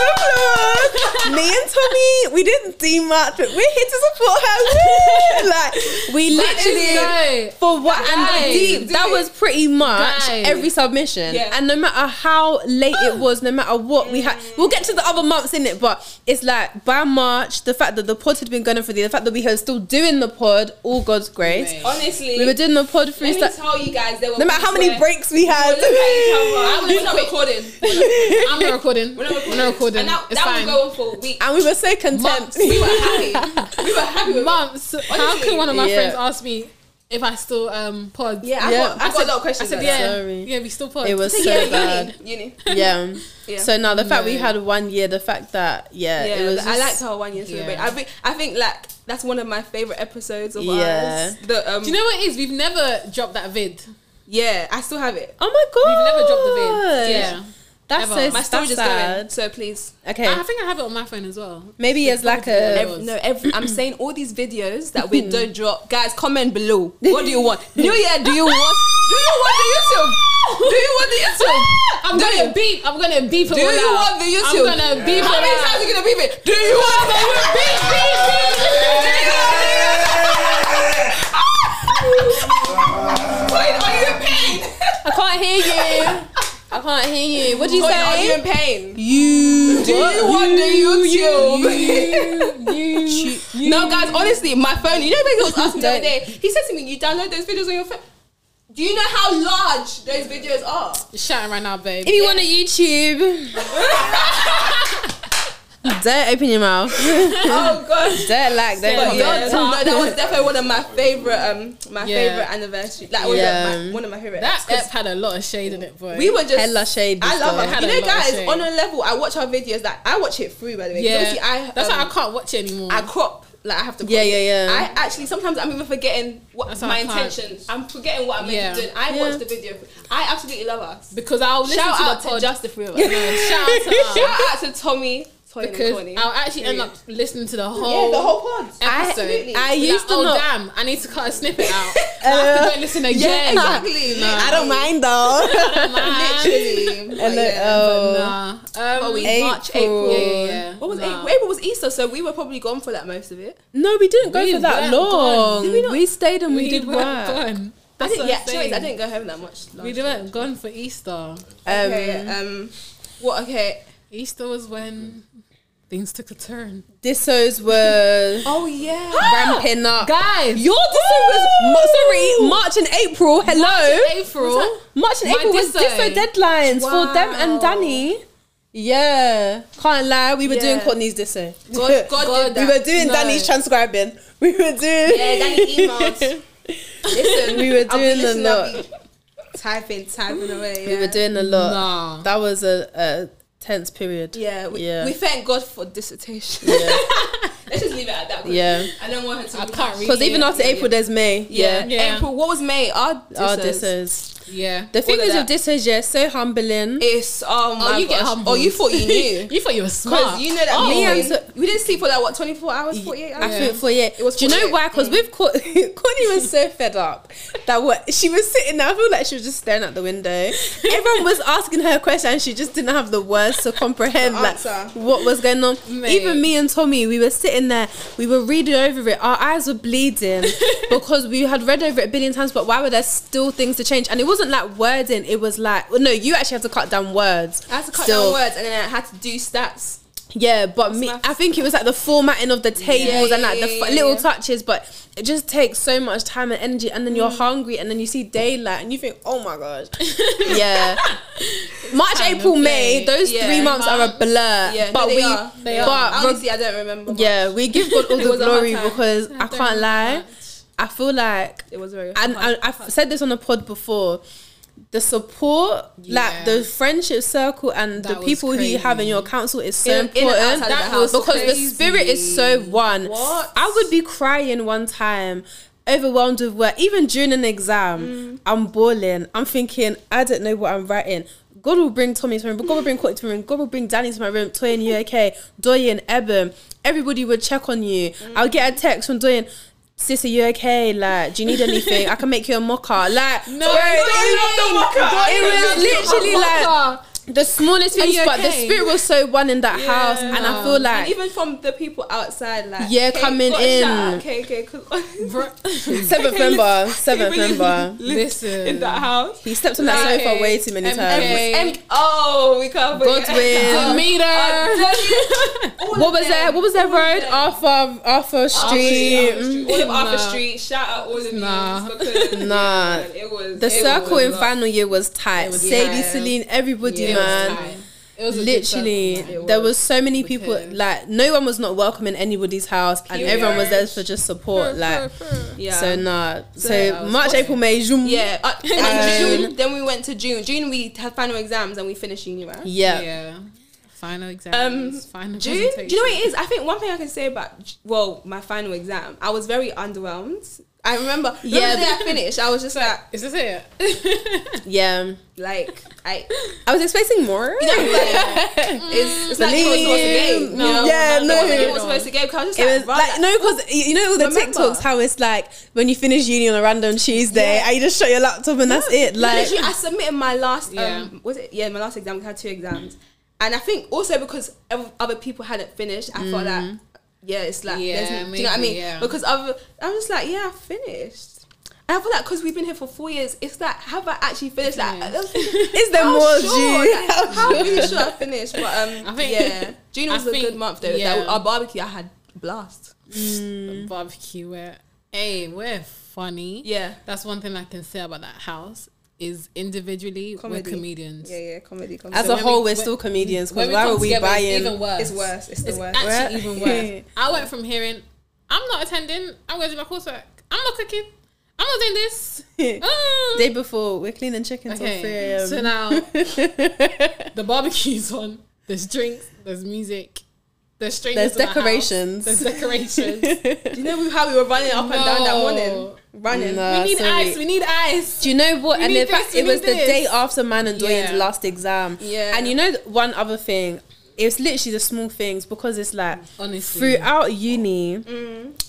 Speaker 3: applause. Me and Tommy, we didn't do much, but we're here to support her. Woo! Like we literally
Speaker 1: Literally,
Speaker 3: for what and
Speaker 1: Guys,
Speaker 3: deep, that
Speaker 2: do
Speaker 3: was pretty much
Speaker 1: Guys.
Speaker 3: every submission.
Speaker 2: Yeah.
Speaker 3: And no matter how late it was, no matter what we had, we'll get to the other months in it, but it's like by March, the fact that the pod had been going on for the, the fact that we were still doing the pod, all God's grace.
Speaker 1: Amazing.
Speaker 2: Honestly,
Speaker 3: We were doing the pod through.
Speaker 2: Let me
Speaker 3: sta-
Speaker 2: tell you guys, there were
Speaker 3: no matter how many
Speaker 2: where-
Speaker 3: breaks we
Speaker 2: We
Speaker 3: had.
Speaker 2: looked at each other. We're not recording.
Speaker 1: I'm not recording.
Speaker 2: We're not recording.
Speaker 1: We're not recording.
Speaker 2: And that,
Speaker 1: it's
Speaker 2: that
Speaker 1: fine.
Speaker 2: was going for weeks.
Speaker 3: And we were so content.
Speaker 1: Months.
Speaker 2: We were happy. We were happy with it.
Speaker 1: Months. How
Speaker 2: Honestly.
Speaker 1: can one of my
Speaker 3: Yeah.
Speaker 1: friends ask me if I still um pod?
Speaker 2: Yeah, I
Speaker 3: Yeah.
Speaker 2: got, I got a lot of questions.
Speaker 1: I said,
Speaker 2: like that.
Speaker 1: yeah,
Speaker 3: Sorry.
Speaker 1: yeah, we still pod.
Speaker 3: It was
Speaker 2: I
Speaker 3: so
Speaker 2: said, yeah,
Speaker 3: bad.
Speaker 2: uni, uni.
Speaker 3: Yeah.
Speaker 2: Yeah.
Speaker 3: So now the fact we
Speaker 1: No.
Speaker 3: had one year, the fact that yeah,
Speaker 2: Yeah,
Speaker 3: it was.
Speaker 2: I
Speaker 3: just-
Speaker 2: liked our one year celebration.
Speaker 1: Yeah.
Speaker 2: I think I think like that's one of my favorite episodes of
Speaker 3: Yeah.
Speaker 2: ours. The um,
Speaker 1: Do you know what it is? We've never dropped that vid.
Speaker 2: yeah, I still have it.
Speaker 3: Oh my god!
Speaker 1: We've never dropped the
Speaker 2: Oh
Speaker 1: vid. Yeah.
Speaker 3: That's
Speaker 1: Ever.
Speaker 3: so
Speaker 2: My storage
Speaker 3: that's
Speaker 2: is
Speaker 3: sad.
Speaker 2: going, so please.
Speaker 3: Okay,
Speaker 1: I think I have it on my phone as well.
Speaker 3: maybe it's like
Speaker 1: Every-
Speaker 3: a.
Speaker 2: Ev- no, every, I'm saying all these videos that we don't drop. Guys, comment below. What do you want? New Year? Do you want? Do you want the YouTube? Do you want the YouTube?
Speaker 1: I'm
Speaker 2: do
Speaker 1: gonna
Speaker 2: you,
Speaker 1: beep. I'm gonna beep it
Speaker 2: do
Speaker 1: all
Speaker 2: you
Speaker 1: out.
Speaker 2: want the
Speaker 1: I'm
Speaker 2: YouTube?
Speaker 1: gonna beep
Speaker 2: How
Speaker 1: it
Speaker 2: many
Speaker 1: out.
Speaker 2: times are you gonna beep it? Do you want the YouTube? Beep, beep, beep, beep. Wait, are you in pain?
Speaker 3: I can't hear you. I can't hear you. What do you
Speaker 2: Wait, are you
Speaker 3: say?
Speaker 2: in pain?
Speaker 3: You.
Speaker 2: Do you want the YouTube?
Speaker 3: You. you.
Speaker 2: No, guys, honestly, my phone. You know, when he was asking the other
Speaker 3: Don't.
Speaker 2: day, he said to me, "You download those videos on your phone." Do you know how large those videos are?
Speaker 1: You're shouting right now, babe.
Speaker 3: If you want a YouTube. Don't open your mouth.
Speaker 2: oh gosh.
Speaker 3: Don't like. Don't
Speaker 2: But
Speaker 3: comment.
Speaker 2: yeah, no, that was definitely one of my favorite, um, my
Speaker 1: Yeah.
Speaker 2: favorite anniversary. Like one,
Speaker 3: Yeah.
Speaker 2: of my, one of my favorite.
Speaker 1: that ep had a lot of shade in it, boy.
Speaker 2: we were just
Speaker 3: Hella shade
Speaker 2: I
Speaker 3: this
Speaker 2: love
Speaker 3: guy.
Speaker 2: her.
Speaker 1: Had
Speaker 2: You
Speaker 1: a
Speaker 2: know,
Speaker 1: lot of
Speaker 2: guys,
Speaker 1: shade.
Speaker 2: on a level, I watch her videos. Like I watch it through, by the way. 'cause
Speaker 1: yeah.
Speaker 2: Obviously, I
Speaker 1: That's
Speaker 2: um,
Speaker 1: why I can't watch it anymore.
Speaker 2: I crop. Like I have to. Crop
Speaker 3: Yeah,
Speaker 2: it.
Speaker 3: yeah, yeah.
Speaker 2: I actually sometimes I'm even forgetting what
Speaker 1: That's how
Speaker 2: my
Speaker 1: I can't.
Speaker 2: intention. I'm forgetting what I'm meant to
Speaker 1: Yeah.
Speaker 2: do. I
Speaker 3: Yeah.
Speaker 2: watched the video. I absolutely love us.
Speaker 1: because I'll listen
Speaker 2: Shout
Speaker 1: to
Speaker 2: out
Speaker 1: the
Speaker 2: to
Speaker 1: pod.
Speaker 2: just the three of us.
Speaker 1: No, shout out to us.
Speaker 2: Shout out to Tommy, Toy and
Speaker 1: because
Speaker 2: Corny.
Speaker 1: I'll actually end up listening to the whole.
Speaker 2: yeah, the whole pod.
Speaker 1: episode.
Speaker 2: Absolutely.
Speaker 3: I
Speaker 1: Be
Speaker 3: used
Speaker 1: like,
Speaker 3: to
Speaker 1: oh,
Speaker 3: not.
Speaker 1: damn, I need to cut a snippet out. I have to go and listen
Speaker 2: yeah,
Speaker 1: again.
Speaker 2: exactly.
Speaker 3: I don't mind though.
Speaker 2: Literally. But
Speaker 3: uh,
Speaker 2: yeah.
Speaker 1: Nah. Um,
Speaker 2: But Oh, we
Speaker 3: April.
Speaker 2: March, April.
Speaker 1: Yeah, yeah, yeah.
Speaker 2: What was
Speaker 1: Nah.
Speaker 2: April? April was Easter, so we were probably gone for like most of it.
Speaker 3: No, we didn't go
Speaker 1: We
Speaker 3: for that
Speaker 1: weren't
Speaker 3: long.
Speaker 1: gone.
Speaker 3: We,
Speaker 1: Did we
Speaker 3: stayed and we,
Speaker 1: we
Speaker 3: did
Speaker 1: were
Speaker 3: work.
Speaker 1: gone. That's
Speaker 2: I didn't.
Speaker 1: what
Speaker 2: Yeah,
Speaker 1: I'm
Speaker 2: anyways, I
Speaker 1: saying.
Speaker 2: didn't go home that much.
Speaker 1: We weren't gone for Easter.
Speaker 2: Okay.
Speaker 3: Um,
Speaker 2: Um. What? Okay.
Speaker 1: Easter was when things took a turn.
Speaker 3: dissos were
Speaker 2: Oh yeah.
Speaker 3: ramping up.
Speaker 1: Guys,
Speaker 3: Your disso was Ma- sorry, March and April. Hello,
Speaker 1: April.
Speaker 3: March and
Speaker 1: My
Speaker 3: April was
Speaker 1: disso.
Speaker 3: disso deadlines
Speaker 2: Wow.
Speaker 3: for them and Danny. Yeah, can't lie. We were doing
Speaker 2: Yeah.
Speaker 3: Courtney's disso.
Speaker 2: God- God did
Speaker 3: we
Speaker 2: that.
Speaker 3: were doing
Speaker 1: No.
Speaker 3: Danny's transcribing. We were doing.
Speaker 2: Yeah, Danny emailed. Listen,
Speaker 3: We were
Speaker 2: I'll be
Speaker 3: doing a
Speaker 2: listening,
Speaker 3: lot.
Speaker 2: I'll be Typing, typing away.
Speaker 3: We
Speaker 2: yeah.
Speaker 3: were doing a lot.
Speaker 1: Nah.
Speaker 3: That was a, a tense period.
Speaker 2: Yeah, we,
Speaker 3: Yeah.
Speaker 2: we thank God for dissertation.
Speaker 3: Yeah.
Speaker 2: Let's just leave it at that. 'cause
Speaker 3: Yeah.
Speaker 2: I don't want her to.
Speaker 1: I can't read
Speaker 3: Because even after
Speaker 2: Yeah,
Speaker 3: April, there's May. Yeah.
Speaker 2: Yeah.
Speaker 1: Yeah.
Speaker 2: April. What was May? Our
Speaker 3: Our
Speaker 2: dissers.
Speaker 3: dissos.
Speaker 1: Yeah.
Speaker 3: The thing
Speaker 2: of
Speaker 3: is with
Speaker 2: that.
Speaker 3: dissos, yeah, so humbling.
Speaker 2: It's oh my
Speaker 1: oh, you
Speaker 2: gosh.
Speaker 1: get humbled.
Speaker 2: Oh, you thought you knew.
Speaker 1: you thought you were
Speaker 2: Because
Speaker 1: smart.
Speaker 2: you know that
Speaker 1: Oh.
Speaker 2: me
Speaker 3: Me
Speaker 2: and
Speaker 3: and-
Speaker 2: we didn't sleep for that what twenty four hours, forty eight
Speaker 3: I
Speaker 2: hours.
Speaker 3: think for yeah.
Speaker 2: It was
Speaker 3: Do you know
Speaker 2: 48.
Speaker 3: why? Because with Cour- Courtney was so fed up that what she was sitting there, I feel like she was just staring out the window. Everyone was asking her questions, and she just didn't have the words to comprehend
Speaker 2: The
Speaker 3: like
Speaker 2: answer.
Speaker 3: what was going on.
Speaker 1: Mate.
Speaker 3: Even me and Tommy, we were sitting there, we were reading over it. Our eyes were bleeding because we had read over it a billion times. But why were there still things to change? And it wasn't like wording; it was like well, no, you actually had to cut down words.
Speaker 2: I had to cut
Speaker 3: still.
Speaker 2: down words and then I had to do stats.
Speaker 3: Yeah, but me,
Speaker 2: Smash.
Speaker 3: I think it was like the formatting of the tables and like the
Speaker 2: yeah,
Speaker 3: f-
Speaker 2: yeah,
Speaker 3: little
Speaker 2: yeah.
Speaker 3: touches, but it just takes so much time and energy. And then you're
Speaker 2: Mm.
Speaker 3: hungry, and then you see daylight, and you think, "Oh my god!" yeah, March,
Speaker 1: Time
Speaker 3: April,
Speaker 1: of
Speaker 3: May,
Speaker 1: day.
Speaker 3: those
Speaker 2: Yeah.
Speaker 3: three months are a blur.
Speaker 2: Yeah, no,
Speaker 3: but
Speaker 2: they
Speaker 3: we,
Speaker 2: are. They
Speaker 1: are.
Speaker 3: but reg-
Speaker 2: Honestly, I don't remember. much.
Speaker 3: yeah, we give God all
Speaker 2: It
Speaker 3: the
Speaker 2: was a hard
Speaker 3: glory
Speaker 2: time.
Speaker 3: because
Speaker 1: I
Speaker 3: I
Speaker 1: don't
Speaker 3: can't lie.
Speaker 1: remember much.
Speaker 3: I feel like
Speaker 2: it was very.
Speaker 3: and I, I've said this on a pod before. The support,
Speaker 1: Yeah.
Speaker 3: like the friendship circle, and
Speaker 1: That
Speaker 3: the
Speaker 1: was
Speaker 3: people who you have in
Speaker 1: crazy.
Speaker 3: your council is so
Speaker 2: In- in and
Speaker 3: important.
Speaker 2: outside of
Speaker 1: the house.
Speaker 3: because
Speaker 1: Crazy.
Speaker 3: the spirit is so one.
Speaker 2: What?
Speaker 3: I would be crying one time, overwhelmed with work, even during an exam. I'm bawling. I'm thinking, I don't know what I'm writing. God will bring Tommy to my room. God will bring Courtney to my room. God will bring Danny to my room. Toyin, you okay? Doyen, Eben. Everybody would check on you. I'll get a text from Doyen. Sis, are you okay? Like, do you need anything? I can make you a mocha. Like,
Speaker 1: No, Doyen,
Speaker 3: bro, it was-
Speaker 1: Doyen,
Speaker 3: it was literally like the smallest
Speaker 1: Are
Speaker 3: things,
Speaker 1: you
Speaker 3: but the
Speaker 1: okay?
Speaker 3: spirit was so one in that house, and I feel like
Speaker 2: And even from the people outside, like
Speaker 3: Yeah, coming
Speaker 2: got a shout
Speaker 3: in.
Speaker 2: out, Okay, okay, because
Speaker 1: Bruh.
Speaker 3: seventh member, seventh member. um,
Speaker 1: Listen.
Speaker 2: in that house.
Speaker 3: He stepped on that
Speaker 1: Like,
Speaker 3: sofa way too many
Speaker 1: MK.
Speaker 3: times.
Speaker 2: And oh, we can't. forget.
Speaker 3: Godwin.
Speaker 1: Demeter.
Speaker 2: All of
Speaker 3: What was
Speaker 2: them.
Speaker 3: that? What was that
Speaker 2: All
Speaker 3: road?
Speaker 2: of them.
Speaker 3: Arthur, Arthur Street.
Speaker 2: Arthur Street, All of Arthur
Speaker 1: Nah.
Speaker 2: Street. Shout out all of you
Speaker 1: Nah.
Speaker 2: because
Speaker 3: Mm-hmm. Nah.
Speaker 2: it was
Speaker 3: The
Speaker 2: it
Speaker 3: circle
Speaker 2: was
Speaker 3: in
Speaker 2: a lot.
Speaker 3: final year was tight.
Speaker 1: was
Speaker 3: Sadie,
Speaker 2: tight.
Speaker 3: Celine, everybody,
Speaker 2: Yeah.
Speaker 3: man.
Speaker 1: It was a good
Speaker 3: literally
Speaker 1: circle, man.
Speaker 3: there was so many people
Speaker 1: Because-
Speaker 3: like no one was not welcome in anybody's house and
Speaker 2: Period.
Speaker 3: everyone was there for just support like
Speaker 2: Yeah.
Speaker 3: so nah so,
Speaker 2: that was
Speaker 3: march
Speaker 2: awesome.
Speaker 3: april may zoom
Speaker 2: Yeah, uh, and then
Speaker 3: Um,
Speaker 2: June. Then we went to June. June we had final exams and we finished uni, right?
Speaker 3: yeah,
Speaker 1: Yeah. Final exam.
Speaker 2: Um,
Speaker 1: final
Speaker 2: June. Do you know what it is? I think one thing I can say about J- well, my final exam, I was very underwhelmed. I remember.
Speaker 3: Yeah,
Speaker 2: Yeah, the day I finished, I was just like,
Speaker 1: Is this it?
Speaker 3: yeah.
Speaker 2: like I.
Speaker 3: i was expecting more
Speaker 2: You know, like, it's, it's not like it was supposed to
Speaker 3: Believe-
Speaker 2: be.
Speaker 1: No,
Speaker 3: yeah
Speaker 1: no,
Speaker 3: no
Speaker 2: It wasn't it was
Speaker 1: no.
Speaker 2: supposed to go because I was just
Speaker 3: It
Speaker 2: like,
Speaker 3: was
Speaker 2: bruh,
Speaker 3: like no, because you know all the
Speaker 2: Remember.
Speaker 3: TikToks how it's like when you finish uni on a random Tuesday
Speaker 2: Yeah.
Speaker 3: and you just shut your laptop and that's it. Like
Speaker 2: Literally, I submitted my last
Speaker 1: Yeah.
Speaker 2: um was it yeah my last exam. We had two exams, and I think also because ev- other people hadn't finished, I felt that yeah, it's like there's,
Speaker 1: Mm. Yeah,
Speaker 2: no- do you know what I
Speaker 1: maybe,
Speaker 2: mean?
Speaker 1: yeah.
Speaker 2: Because other I'm just like yeah, I finished. And I feel like because we've been here for four years, it's like have I actually finished? Like
Speaker 1: Yeah.
Speaker 2: I was thinking,
Speaker 3: is there
Speaker 2: how
Speaker 3: more
Speaker 2: sure?
Speaker 3: due?
Speaker 2: Like, how really sure I finished? But um,
Speaker 1: I think-
Speaker 2: yeah, June
Speaker 1: I
Speaker 2: was a
Speaker 1: think-
Speaker 2: good month though.
Speaker 1: yeah.
Speaker 2: Like, our barbecue, I had blast.
Speaker 1: Barbecue. We're, hey, we're funny.
Speaker 2: Yeah,
Speaker 1: That's one thing I can say about that house is individually
Speaker 2: Comedy.
Speaker 1: we're comedians.
Speaker 2: yeah, yeah, comedy, comedy.
Speaker 3: As
Speaker 1: So
Speaker 3: a
Speaker 1: when
Speaker 3: whole,
Speaker 1: we-
Speaker 3: we're still comedians
Speaker 1: When
Speaker 3: because
Speaker 1: we
Speaker 3: why
Speaker 1: come
Speaker 3: were we
Speaker 1: together, it's
Speaker 3: buying?
Speaker 1: even worse.
Speaker 2: it's worse. It's the
Speaker 1: It's
Speaker 2: worst.
Speaker 1: actually
Speaker 3: Right?
Speaker 1: even worse. I went from hearing, I'm not attending, I'm going to do my coursework, I'm not cooking, I'm not doing this. Mm.
Speaker 3: Day before, we're cleaning chicken till 3
Speaker 1: okay,
Speaker 3: a.m.
Speaker 1: so now the barbecue's on, there's drinks, there's music, there's strangers,
Speaker 3: There's
Speaker 1: in the house,
Speaker 3: decorations.
Speaker 1: there's decorations. Oh.
Speaker 2: Do you know how we were running up and down that
Speaker 1: No.
Speaker 2: morning? Running.
Speaker 3: No.
Speaker 1: we
Speaker 3: Uh,
Speaker 1: need
Speaker 3: sorry.
Speaker 1: ice, we need ice.
Speaker 3: Do you know what?
Speaker 1: We
Speaker 3: and
Speaker 1: need
Speaker 3: in fact,
Speaker 1: this, we
Speaker 3: it was
Speaker 1: need
Speaker 3: the
Speaker 1: this.
Speaker 3: day after Man and Doyen's
Speaker 1: Yeah.
Speaker 3: last exam.
Speaker 2: Yeah.
Speaker 3: And you know, th- one other thing, it's literally the small things because it's like
Speaker 1: Honestly. Mm.
Speaker 3: throughout uni.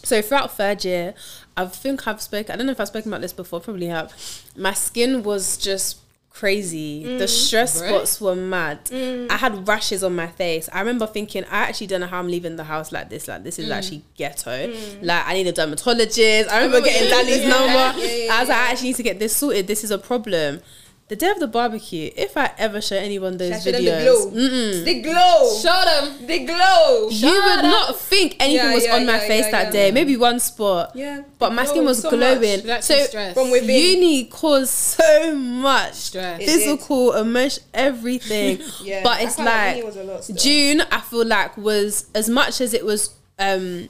Speaker 3: So throughout third year, I think I've spoken. I don't know if I've spoken about this before. Probably have. My skin was just crazy. The stress
Speaker 1: Mm. Right. Mm.
Speaker 3: spots were mad. I had rashes on my face. I remember thinking, I actually don't know how I'm leaving the house like this. Like this is
Speaker 1: Mm.
Speaker 3: actually ghetto. Like I need a dermatologist. I remember
Speaker 2: remember
Speaker 3: getting
Speaker 2: you-
Speaker 3: Danny's
Speaker 2: yeah.
Speaker 3: number.
Speaker 2: Yeah, yeah,
Speaker 3: I was like, I actually need to get this sorted. This is a problem. The day of the barbecue, if I ever show anyone those
Speaker 2: Should I show them the
Speaker 3: videos,
Speaker 2: glow?
Speaker 3: mm-mm,
Speaker 2: The glow.
Speaker 1: Show them.
Speaker 2: the glow.
Speaker 3: you would not think anything
Speaker 2: Yeah,
Speaker 3: was
Speaker 2: yeah,
Speaker 3: on my
Speaker 2: yeah,
Speaker 3: face
Speaker 2: yeah,
Speaker 3: that
Speaker 2: yeah.
Speaker 3: day. Maybe one spot.
Speaker 2: Yeah.
Speaker 3: But my
Speaker 2: The
Speaker 3: skin
Speaker 2: glow,
Speaker 3: was
Speaker 2: so
Speaker 3: glowing.
Speaker 2: much.
Speaker 1: That's
Speaker 3: So
Speaker 1: stress.
Speaker 2: From within.
Speaker 3: uni caused so much
Speaker 1: Stress. It
Speaker 3: physical, emotion, everything.
Speaker 2: Yeah.
Speaker 3: But
Speaker 2: I
Speaker 3: it's
Speaker 2: felt like
Speaker 3: like,
Speaker 2: uni was a lot still.
Speaker 3: June. I feel like was as much as it was. um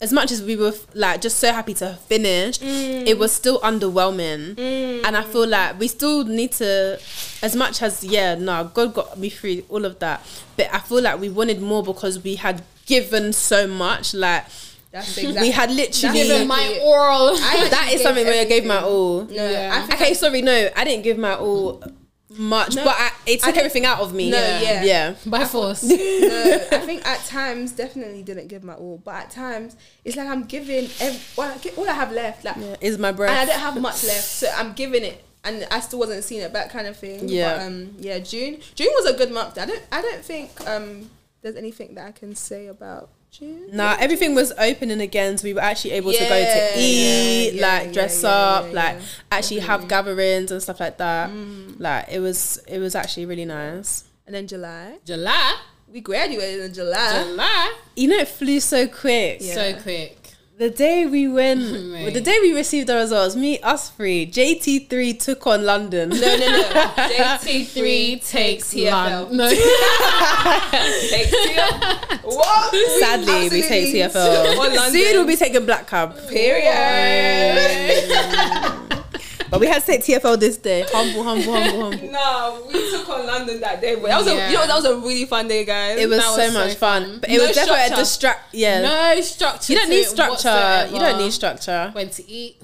Speaker 3: as much as we were like just so happy to finish,
Speaker 2: Mm.
Speaker 3: it was still underwhelming, and I feel like we still need to, as much as yeah, no, God got me through all of that, but I feel like we wanted more because we had given so much. Like
Speaker 2: That's
Speaker 3: we
Speaker 2: exactly.
Speaker 3: had
Speaker 2: That's
Speaker 3: literally
Speaker 1: Given
Speaker 2: Even-
Speaker 1: my oral.
Speaker 2: I
Speaker 3: that
Speaker 2: actually
Speaker 3: is something
Speaker 2: gave
Speaker 3: where I gave my all.
Speaker 2: No,
Speaker 1: Yeah.
Speaker 2: I think
Speaker 3: Okay, sorry, no, I didn't give my all much, but I, it took everything out of me.
Speaker 2: No,
Speaker 3: yeah.
Speaker 2: yeah.
Speaker 1: By force.
Speaker 2: no, I think at times definitely didn't give my all, but at times it's like I'm giving ev- all, I get, all I have left, like,
Speaker 3: Yeah, Is my
Speaker 2: and I
Speaker 3: breath.
Speaker 2: don't have much left, so I'm giving it, and I still wasn't seeing it back, kind of thing.
Speaker 3: Yeah.
Speaker 2: but, um, yeah. June, June was a good month. I don't, I don't think um, there's anything that I can say about June.
Speaker 3: Nah, everything was opening again, so we were actually able to go
Speaker 2: Yeah,
Speaker 3: to eat,
Speaker 2: yeah,
Speaker 3: like
Speaker 2: yeah,
Speaker 3: dress
Speaker 2: yeah,
Speaker 3: up,
Speaker 2: yeah,
Speaker 3: like
Speaker 2: yeah. Mm.
Speaker 3: actually have gatherings and stuff like that. Like it was, it was actually really nice.
Speaker 2: And then July,
Speaker 1: July.
Speaker 2: we graduated in July.
Speaker 1: July.
Speaker 3: You know, it flew so quick.
Speaker 2: Yeah.
Speaker 1: So quick.
Speaker 3: The day we went,
Speaker 1: Mate.
Speaker 3: the day we received the results, me, us three, JT three took on London.
Speaker 2: No, no, no.
Speaker 1: T3 takes
Speaker 2: TFL.
Speaker 1: TFL. No,
Speaker 2: Take TFL. What?
Speaker 3: Sadly, we take
Speaker 2: absolutely took on
Speaker 3: TFL.
Speaker 2: London.
Speaker 3: Soon we'll be taking Black Cab.
Speaker 2: Period.
Speaker 3: But we had to take TFL this day. Humble, humble, humble, humble.
Speaker 2: no, we took on London that day, but that was
Speaker 1: Yeah.
Speaker 2: a you know that was a really fun day, guys.
Speaker 3: It was,
Speaker 1: That was
Speaker 3: so
Speaker 1: so
Speaker 3: much fun. But it
Speaker 1: No
Speaker 3: was definitely
Speaker 1: structure.
Speaker 3: a distract. Yeah.
Speaker 1: no structure.
Speaker 3: you don't
Speaker 1: to
Speaker 3: need
Speaker 1: it
Speaker 3: structure. You don't
Speaker 1: whatsoever.
Speaker 3: need structure.
Speaker 1: Went to eat.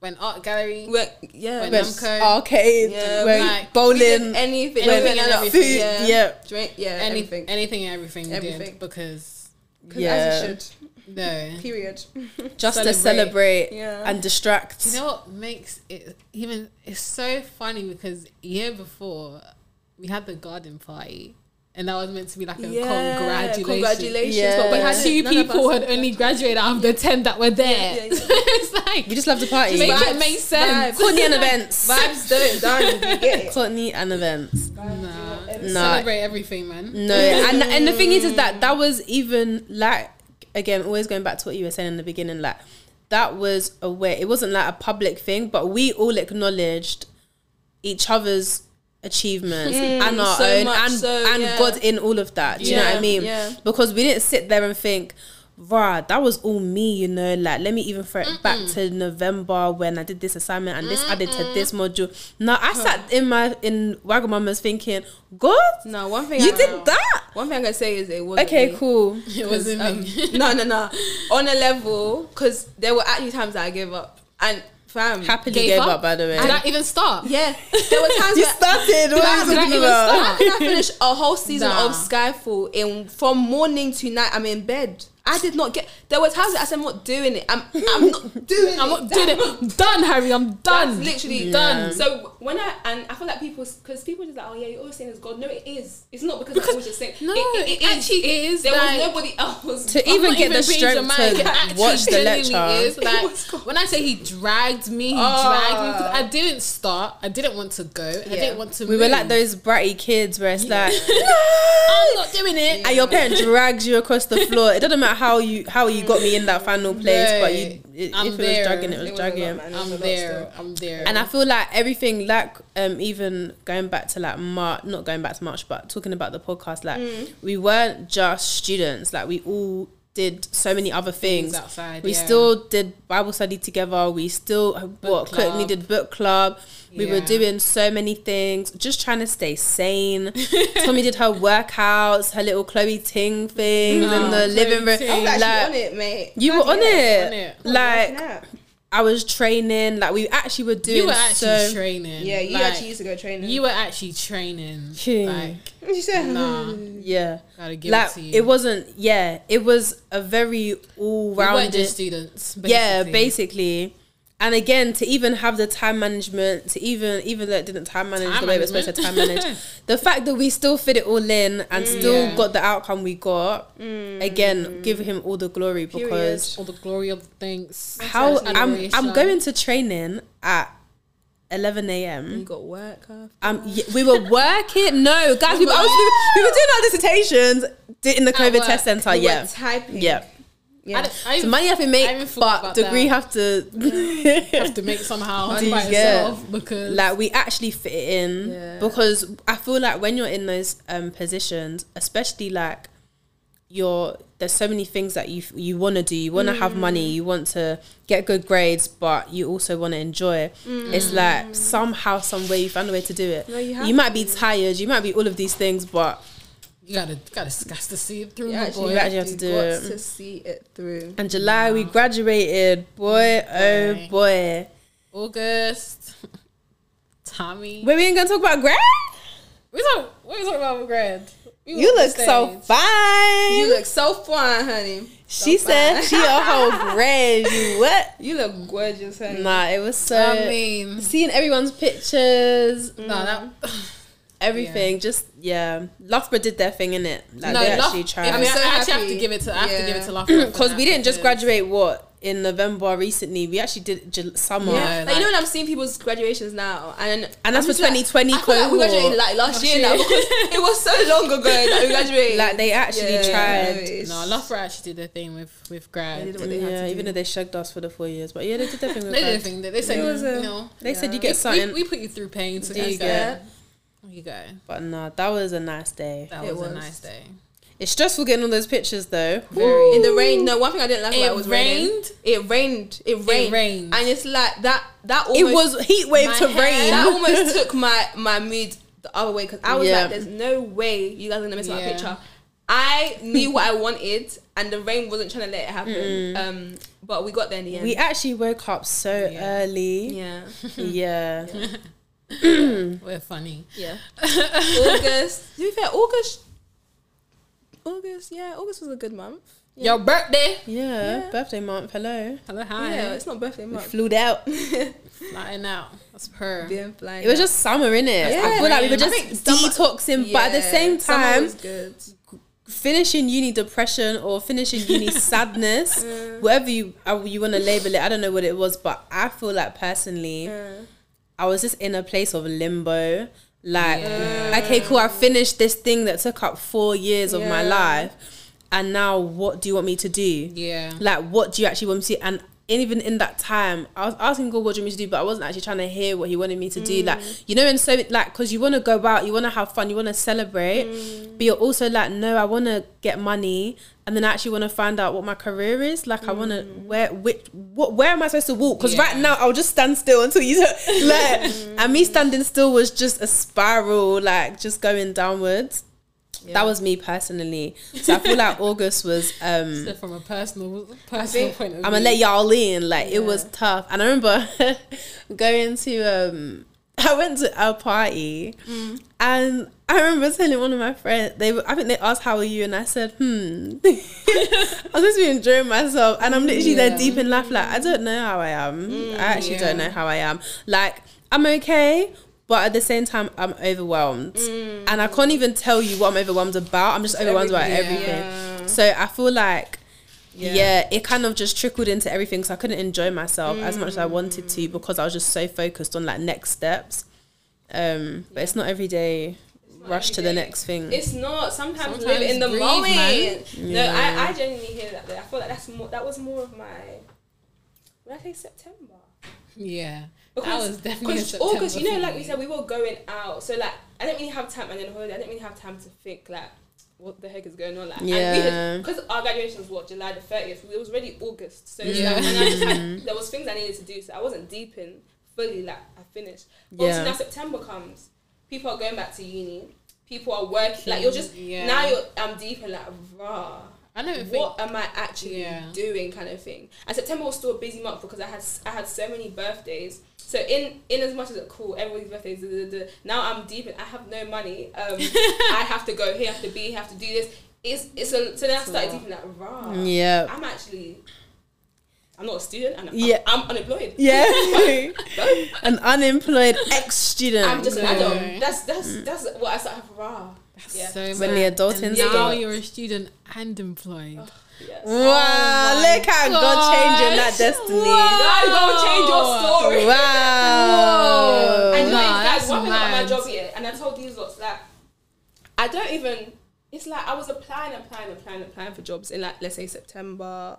Speaker 1: Went art gallery.
Speaker 2: We went- yeah,
Speaker 1: Went
Speaker 2: we
Speaker 1: Went
Speaker 2: did
Speaker 1: Namco.
Speaker 3: Arcade,
Speaker 2: Yeah,
Speaker 3: where
Speaker 1: like,
Speaker 3: bowling,
Speaker 2: anything,
Speaker 1: Went-
Speaker 2: anything and
Speaker 1: Went-
Speaker 2: everything,
Speaker 3: food.
Speaker 2: yeah.
Speaker 3: Yeah.
Speaker 2: drink, yeah,
Speaker 1: anything,
Speaker 2: anything.
Speaker 1: anything and everything, we
Speaker 2: Everything.
Speaker 1: did because
Speaker 2: 'Cause As
Speaker 3: Yeah.
Speaker 2: you should.
Speaker 1: no.
Speaker 2: Period.
Speaker 3: Just to
Speaker 1: Celebrate.
Speaker 3: celebrate
Speaker 2: Yeah.
Speaker 3: and distract.
Speaker 1: You know what makes it even? It's so funny because year before we had the garden party, and that was meant to be like a congratulations.
Speaker 2: congratulations.
Speaker 3: Yeah.
Speaker 2: But we
Speaker 1: But
Speaker 2: had
Speaker 1: two
Speaker 2: none of
Speaker 1: people
Speaker 2: us
Speaker 1: had
Speaker 2: did
Speaker 1: only graduated out of the ten that were there.
Speaker 2: Yeah, yeah, yeah.
Speaker 1: So it's like
Speaker 3: we just love to party.
Speaker 1: make
Speaker 2: Vibes,
Speaker 1: it make sense.
Speaker 2: vibes.
Speaker 3: Courtney and events.
Speaker 2: that. vibes don't die. You get it.
Speaker 3: Courtney and events.
Speaker 1: Nah.
Speaker 3: No.
Speaker 1: Celebrate everything, man.
Speaker 3: No, and and the thing is, is that that was even like again, always going back to what you were saying in the beginning, like that was a way. It wasn't like a public thing, but we all acknowledged each other's achievements and our
Speaker 2: Mm. so
Speaker 3: own,
Speaker 2: much
Speaker 3: and
Speaker 2: so,
Speaker 3: and
Speaker 2: yeah.
Speaker 3: God in all of that. Do you know what
Speaker 1: Yeah,
Speaker 3: I mean?
Speaker 2: yeah.
Speaker 3: Because we didn't sit there and think. Rah, that was all me, you know. Like, let me even throw it back to November when I did this assignment and this added to this module. Now, I sat in my in Wagamama's thinking, God,
Speaker 2: No, one thing
Speaker 3: you
Speaker 2: I-
Speaker 3: did that.
Speaker 2: One thing I'm gonna say is it was
Speaker 3: Okay, cool.
Speaker 1: It wasn't
Speaker 2: Um,
Speaker 1: me.
Speaker 2: no, no, no. On a level, because there were actually times that I gave up, and fam,
Speaker 3: Happily
Speaker 1: Gave
Speaker 3: gave,
Speaker 1: up?
Speaker 3: up? by the way.
Speaker 1: Did I even start?
Speaker 2: yeah, there were times
Speaker 3: you
Speaker 2: where
Speaker 3: started. What are
Speaker 1: I-
Speaker 3: you
Speaker 1: did I
Speaker 3: talking
Speaker 1: even
Speaker 3: about?
Speaker 2: how can I finish a whole season
Speaker 1: Nah.
Speaker 2: of Skyfall in from morning to night? I'm in bed. I did not get. There were times that I said, "I'm not doing it. I'm, I'm not doing it.
Speaker 1: I'm not doing it. I'm done, Harry. I'm
Speaker 2: That's
Speaker 1: done.
Speaker 2: literally
Speaker 1: done.
Speaker 2: So when I and I feel like people, because people just like, oh yeah, you're always saying it's God. No, it is. It's not because, I
Speaker 1: Because-
Speaker 2: was just saying.
Speaker 1: No,
Speaker 2: it, it,
Speaker 1: it actually is,
Speaker 2: There
Speaker 1: like-
Speaker 2: was nobody else.
Speaker 3: To
Speaker 1: I'm
Speaker 3: even
Speaker 1: not
Speaker 3: get the
Speaker 1: being
Speaker 3: strength
Speaker 1: dramatic. It
Speaker 3: to
Speaker 1: actually
Speaker 3: watch the
Speaker 1: genuinely
Speaker 3: lecture.
Speaker 1: is, like,
Speaker 2: was cool.
Speaker 1: when I say he dragged me, he dragged me. 'cause I didn't start. I didn't want to go. I didn't want to.
Speaker 3: Oh. We were
Speaker 1: move.
Speaker 3: like those bratty kids where it's like,
Speaker 1: I'm not doing it.
Speaker 3: and your parent drags you across the floor. It doesn't matter how you how you got me in that final place, but you, it,
Speaker 1: I'm
Speaker 3: if it
Speaker 1: there.
Speaker 3: was dragging, it was
Speaker 2: It was a lot,
Speaker 3: dragging.
Speaker 2: man.
Speaker 1: I'm there. I'm there.
Speaker 3: And I feel like everything, like um, even going back to like March, not going back to March, but talking about the podcast, like
Speaker 1: Mm.
Speaker 3: we weren't just students, like we all did so many other things.
Speaker 1: Things outside,
Speaker 3: we
Speaker 1: yeah.
Speaker 3: still did Bible study together. We still
Speaker 1: club.
Speaker 3: what Courtney did book club. We were
Speaker 1: Yeah.
Speaker 3: doing so many things, just trying to stay sane. Tommy did her workouts, her little Chloe Ting things in the
Speaker 1: Mm. Oh, Chloe
Speaker 3: living room.
Speaker 1: Ting.
Speaker 2: I was actually
Speaker 3: Like,
Speaker 2: on it, mate.
Speaker 3: you were on it.
Speaker 1: on it.
Speaker 3: Like I was training. Like we actually were doing
Speaker 1: you were actually
Speaker 3: so
Speaker 1: training.
Speaker 2: yeah, you
Speaker 1: Like,
Speaker 2: actually used to go training.
Speaker 1: You were actually training.
Speaker 3: King.
Speaker 1: Like,
Speaker 2: you said,
Speaker 1: nah,
Speaker 3: Yeah.
Speaker 1: gotta give
Speaker 3: like
Speaker 1: it to
Speaker 3: it,
Speaker 1: you.
Speaker 3: wasn't yeah, it was a very all
Speaker 1: we weren't
Speaker 3: rounded
Speaker 1: just students. Basically.
Speaker 3: Yeah, basically. And again, to even have the time management, to even even though it didn't time manage
Speaker 1: Time
Speaker 3: the way it was supposed to time
Speaker 1: management. Mm.
Speaker 3: manage, the fact that we still fit it all in and still
Speaker 1: Yeah.
Speaker 3: got the outcome we got, again, give him all the glory
Speaker 2: Period.
Speaker 3: because
Speaker 1: All the glory of the things.
Speaker 3: how I'm I'm
Speaker 1: Admiration.
Speaker 3: going to training at 11 a.m.
Speaker 2: got work after.
Speaker 3: Um, yeah, we were working. No, guys, we, were- I was, we were doing our dissertations di- in the COVID
Speaker 1: work.
Speaker 3: test center.
Speaker 2: We were
Speaker 3: yeah,
Speaker 2: typing.
Speaker 3: yeah.
Speaker 1: I,
Speaker 2: Yeah.
Speaker 1: don't- I
Speaker 3: So
Speaker 1: even
Speaker 3: money have to
Speaker 1: I
Speaker 3: make,
Speaker 1: even forgot
Speaker 3: but
Speaker 1: about
Speaker 3: degree
Speaker 1: that.
Speaker 3: have to.
Speaker 1: have to make somehow by
Speaker 3: Yeah.
Speaker 1: itself because
Speaker 3: like we actually fit it in
Speaker 2: Yeah.
Speaker 3: because I feel like when you're in those um, positions, especially like you're there's so many things that you f- you want to do. You want to have money. You want to get good grades, but you also want to enjoy. It's like somehow, some way you find a way to do it.
Speaker 2: No, you have
Speaker 3: Mm. you might be tired. You might be all of these things, but
Speaker 1: you gotta gotta scuss to see it through,
Speaker 2: You
Speaker 1: Oh my
Speaker 2: actually,
Speaker 3: you
Speaker 1: boy.
Speaker 3: actually have to
Speaker 2: you
Speaker 3: do
Speaker 2: got
Speaker 3: it.
Speaker 2: to see it through.
Speaker 3: in July we graduated. Boy, oh
Speaker 1: Boy.
Speaker 3: boy.
Speaker 1: August, Tommy.
Speaker 3: Wait, we ain't gonna talk about grad.
Speaker 1: We talk. What we talking about with grad? We
Speaker 3: You
Speaker 1: on
Speaker 3: look
Speaker 1: the
Speaker 3: so
Speaker 1: stage.
Speaker 3: fine.
Speaker 2: You look so fine, honey.
Speaker 3: She said she a whole bread. You what?
Speaker 2: You look gorgeous, honey.
Speaker 3: Nah, it was so.
Speaker 1: I mean,
Speaker 3: seeing everyone's pictures,
Speaker 2: Mm,
Speaker 1: no, that
Speaker 3: everything, just yeah. Loughborough did their thing in it. Like
Speaker 1: no.
Speaker 3: they
Speaker 1: Love,
Speaker 3: actually
Speaker 1: I mean,
Speaker 3: tried.
Speaker 2: I'm so
Speaker 1: I actually have
Speaker 2: happy.
Speaker 1: to give it to. I have to
Speaker 2: Yeah.
Speaker 1: give it to Loughborough for
Speaker 3: Because we
Speaker 1: that,
Speaker 3: didn't just
Speaker 1: because-
Speaker 3: graduate what in November recently. We actually did Ju- summer,
Speaker 1: Yeah.
Speaker 2: Like,
Speaker 1: like-
Speaker 2: you know when I'm seeing people's graduations now, and
Speaker 3: and that's for
Speaker 2: I'm just like-
Speaker 3: twenty twenty
Speaker 2: I feel like we graduated
Speaker 3: cohort. Like,
Speaker 2: like last
Speaker 1: Last
Speaker 2: year
Speaker 1: year.
Speaker 2: now because it was so long ago that we graduated.
Speaker 3: they actually
Speaker 2: Yeah,
Speaker 3: tried.
Speaker 2: it's-
Speaker 1: No, Loughborough actually did their thing with with grad.
Speaker 2: They did
Speaker 1: They
Speaker 2: what they had
Speaker 3: yeah,
Speaker 2: to
Speaker 3: even
Speaker 2: do.
Speaker 3: though they shugged us for the four years, but yeah, they did their thing. With
Speaker 1: did their
Speaker 3: us.
Speaker 1: thing. They said,
Speaker 3: It was a-
Speaker 1: you know,
Speaker 3: They said you
Speaker 1: we,
Speaker 3: get something,
Speaker 1: we, we put you through pain. So
Speaker 3: There
Speaker 1: that's
Speaker 3: you go.
Speaker 1: good. There you go.
Speaker 3: but nah, that was a nice day.
Speaker 1: That
Speaker 2: It
Speaker 1: was,
Speaker 2: was.
Speaker 1: a nice day.
Speaker 3: It's stressful getting all those pictures though.
Speaker 1: Very.
Speaker 2: in the rain. No, one thing I didn't like about
Speaker 1: It
Speaker 2: it was raining.
Speaker 1: rained?
Speaker 2: It rained. It rained.
Speaker 1: rained.
Speaker 2: And it's like that. That almost,
Speaker 3: It was heat wave
Speaker 1: My
Speaker 3: to
Speaker 1: hair-
Speaker 3: rain.
Speaker 2: that almost took my my mood the other way because I was
Speaker 3: Yeah.
Speaker 2: like, "There's no way you guys are gonna mess up my
Speaker 1: Yeah.
Speaker 2: picture." I knew what I wanted, and the rain wasn't trying to let it happen. Um, but we got there in the end.
Speaker 3: Mm. We actually woke up so
Speaker 1: Yeah.
Speaker 3: early.
Speaker 2: yeah,
Speaker 3: Yeah.
Speaker 1: We're funny.
Speaker 2: yeah. August. To be fair, August. August, yeah, August was a good month.
Speaker 1: Your birthday.
Speaker 3: Yeah.
Speaker 2: Yeah.
Speaker 3: Birthday month. Hello.
Speaker 1: Hello, hi.
Speaker 2: Yeah, it's not birthday
Speaker 3: We
Speaker 2: month.
Speaker 3: flew out.
Speaker 1: Flying out. That's her.
Speaker 2: Being flying
Speaker 3: It was
Speaker 2: out.
Speaker 3: just summer, innit? I feel like we were
Speaker 1: I
Speaker 3: just detoxing, but at the
Speaker 2: Yeah,
Speaker 3: same
Speaker 2: summer
Speaker 3: time,
Speaker 2: was good.
Speaker 3: finishing uni depression or finishing uni sadness, whatever you uh, you want to label it, I don't know what it was, but I feel like personally, I was just in a place of limbo. Like, okay, cool, I finished this thing that took up four years of my
Speaker 2: Yeah.
Speaker 3: life, and now what do you want me to do?
Speaker 1: Yeah.
Speaker 3: like what do you actually want me to do and even in that time i was asking god what do you want me to do but i wasn't actually trying to hear what he wanted me to do like
Speaker 1: Mm.
Speaker 3: you know and so like because you want to go out you want to have fun you want to celebrate
Speaker 1: Mm.
Speaker 3: but you're also like no i want to get money and then i actually want to find out what my career is like i want to where which what where am i supposed to walk because right
Speaker 1: Mm. Yeah. Mm.
Speaker 3: now i'll just stand still until you like and me standing still was just a spiral like just going downwards that was me personally so i feel like august was um
Speaker 1: So from a personal personal point of view.
Speaker 3: I'm gonna let y'all in. Like it was
Speaker 2: Yeah.
Speaker 3: tough, and I remember going to um, I went to a party, and I remember telling one of my friends they were, I think they asked how are you, and I said hmm, I was just been enjoying myself, and I'm literally
Speaker 1: Yeah.
Speaker 3: there deep in life. Like I don't know how I am. I actually
Speaker 1: yeah.
Speaker 3: don't know how I am. Like I'm okay. But at the same time, I'm overwhelmed, and I can't even tell you what I'm overwhelmed about. I'm just overwhelmed about
Speaker 1: everything.
Speaker 3: everything.
Speaker 2: Yeah.
Speaker 3: So I feel like
Speaker 2: Mm-hmm. Yeah.
Speaker 3: yeah. it kind of just trickled into everything. So I couldn't enjoy myself as much as I wanted to
Speaker 2: Mm.
Speaker 3: because I was just so focused on like next steps. Um, but it's not every day
Speaker 2: not
Speaker 3: rush
Speaker 2: every
Speaker 3: to the
Speaker 2: day.
Speaker 3: next thing.
Speaker 2: It's not. Sometimes,
Speaker 1: Sometimes
Speaker 2: live in the
Speaker 1: breathe,
Speaker 2: moment.
Speaker 1: man.
Speaker 2: No, I, I genuinely hear that. Though. I feel like that's more. That was more of my. When I say September,
Speaker 1: Yeah.
Speaker 2: Because-
Speaker 1: that was definitely
Speaker 2: because
Speaker 1: a
Speaker 2: August, you
Speaker 1: September
Speaker 2: know,
Speaker 1: for
Speaker 2: like we
Speaker 1: me.
Speaker 2: said, we were going out. So like, I didn't really have time. And then holiday, I didn't really have time to think like, what the heck is going on? Like,
Speaker 3: Yeah.
Speaker 2: because our graduation was what July the thirtieth. It was already August. So it's
Speaker 1: Yeah.
Speaker 2: like, and I just had, there was things I needed to do. So I wasn't deep in fully. Like I finished. But
Speaker 3: Yeah.
Speaker 2: obviously now September comes. People are going back to uni. People are working. Like you're just
Speaker 1: Yeah.
Speaker 2: now you're. I'm deep in like rah
Speaker 1: I don't think
Speaker 2: what am I actually
Speaker 1: Yeah.
Speaker 2: doing kind of thing. And September was still a busy month because I had I had so many birthdays. So in in as much as it's cool, everybody's birthdays. duh, duh, duh, duh, now I'm deep in. I have no money. Um, I have to go here. I have to be. here, I have to do this. It's it's a, so then I
Speaker 1: It's a lot.
Speaker 2: started deep in that. Rah,
Speaker 3: yeah,
Speaker 2: I'm actually. I'm not a student. And I'm,
Speaker 3: Yeah.
Speaker 2: I'm unemployed.
Speaker 3: yeah, an unemployed ex student.
Speaker 2: I'm just an
Speaker 1: Okay.
Speaker 2: adult. That's that's that's what I started. Rah. Yeah.
Speaker 1: Mm. So
Speaker 3: When
Speaker 1: mad.
Speaker 3: the adult
Speaker 1: And
Speaker 3: ins
Speaker 1: now
Speaker 3: adult.
Speaker 1: you're a student and employed. Oh
Speaker 2: Yes. Ah, Oh
Speaker 3: Wow, look at God changing that
Speaker 1: gosh.
Speaker 3: destiny.
Speaker 2: Guys, go change your story.
Speaker 3: Wow.
Speaker 2: And you know,
Speaker 1: Nah,
Speaker 2: guys,
Speaker 1: that's
Speaker 2: one thing about my
Speaker 1: mad.
Speaker 2: job here, and I told these lots that I don't even. It's like I was applying, applying, applying, applying for jobs in like let's say September.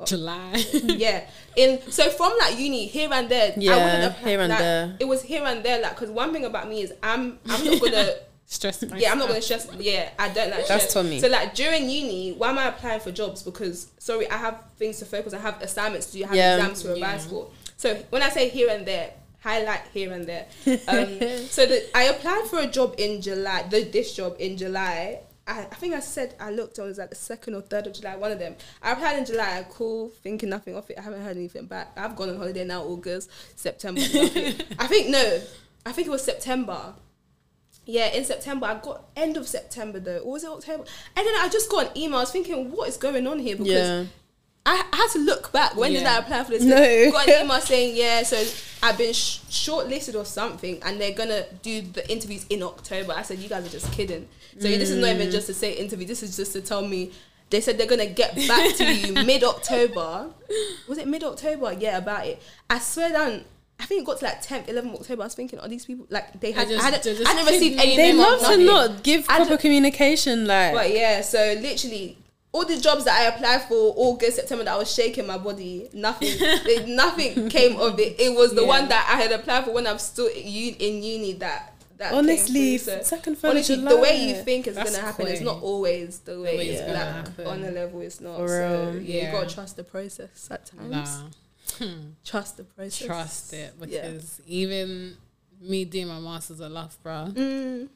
Speaker 1: July.
Speaker 2: yeah. In so from like uni here and there. I
Speaker 3: Yeah,
Speaker 2: wouldn't apply-
Speaker 3: here and
Speaker 2: like,
Speaker 3: there.
Speaker 2: It was here and there, like because one thing about me is I'm I'm not gonna.
Speaker 1: Stress.
Speaker 2: Yeah, I'm not gonna
Speaker 1: myself.
Speaker 2: stress. Yeah, I don't like
Speaker 3: That's
Speaker 2: stress.
Speaker 3: Tommy.
Speaker 2: So like during uni, why am I applying for jobs? Because sorry, I have things to focus. I have assignments to do. I have
Speaker 3: Yeah.
Speaker 2: exams to revise
Speaker 1: Yeah.
Speaker 2: for. So when I say here and there, highlight here and there. Um, so the, I applied for a job in July. The, this job in July. I, I think I said I looked. I was like the second or third of July. One of them. I applied in July. Cool, thinking nothing of it. I haven't heard anything back. I've gone on holiday now. August, September. nothing. I think no. I think it was September. Yeah, in September. I got end of September though. Or was it October? And then I just got an email. I was thinking, what is going on here? Because
Speaker 3: Yeah.
Speaker 2: I, I had to look back. When did
Speaker 1: Yeah.
Speaker 2: I apply for this?
Speaker 3: No.
Speaker 2: thing? Got an email saying, yeah, so I've been sh- shortlisted or something, and they're going to do the interviews in October. I said, you guys are just kidding. So this is not
Speaker 3: Mm.
Speaker 2: even just to say interview, this is just to tell me. They said they're going to get back to you mid October. Was it mid October? Yeah, about it. I swear down. I think it got to like 10th, 11th October. I was thinking, are these people like they had?
Speaker 1: just-
Speaker 2: I, hadn't,
Speaker 1: they're just
Speaker 2: I hadn't received any.
Speaker 1: kidneying
Speaker 3: They
Speaker 1: Name
Speaker 3: love to
Speaker 1: nothing.
Speaker 3: not give
Speaker 2: I
Speaker 3: proper
Speaker 2: don't-
Speaker 3: communication. Like,
Speaker 2: But yeah, so literally all the jobs that I applied for August, September, that I was shaking my body, nothing, they- nothing came of it. It was the
Speaker 1: Yeah.
Speaker 2: one that I had applied for when I'm still in uni, in uni that. That came
Speaker 3: Honestly,
Speaker 2: through. So
Speaker 3: second phone
Speaker 2: honestly, the way you think is
Speaker 1: That's
Speaker 2: gonna happen is
Speaker 1: quick.
Speaker 2: not always the way,
Speaker 1: way it's
Speaker 2: it's
Speaker 1: gonna
Speaker 2: like,
Speaker 1: happen.
Speaker 2: on a level. It's not.
Speaker 3: For
Speaker 2: so
Speaker 3: real.
Speaker 2: yeah,
Speaker 1: Yeah.
Speaker 2: you gotta trust the process at times.
Speaker 1: Nah. Hmm.
Speaker 2: Trust the process.
Speaker 1: Trust it
Speaker 2: Yeah.
Speaker 1: because even me doing my masters at Loughborough,
Speaker 2: Mm.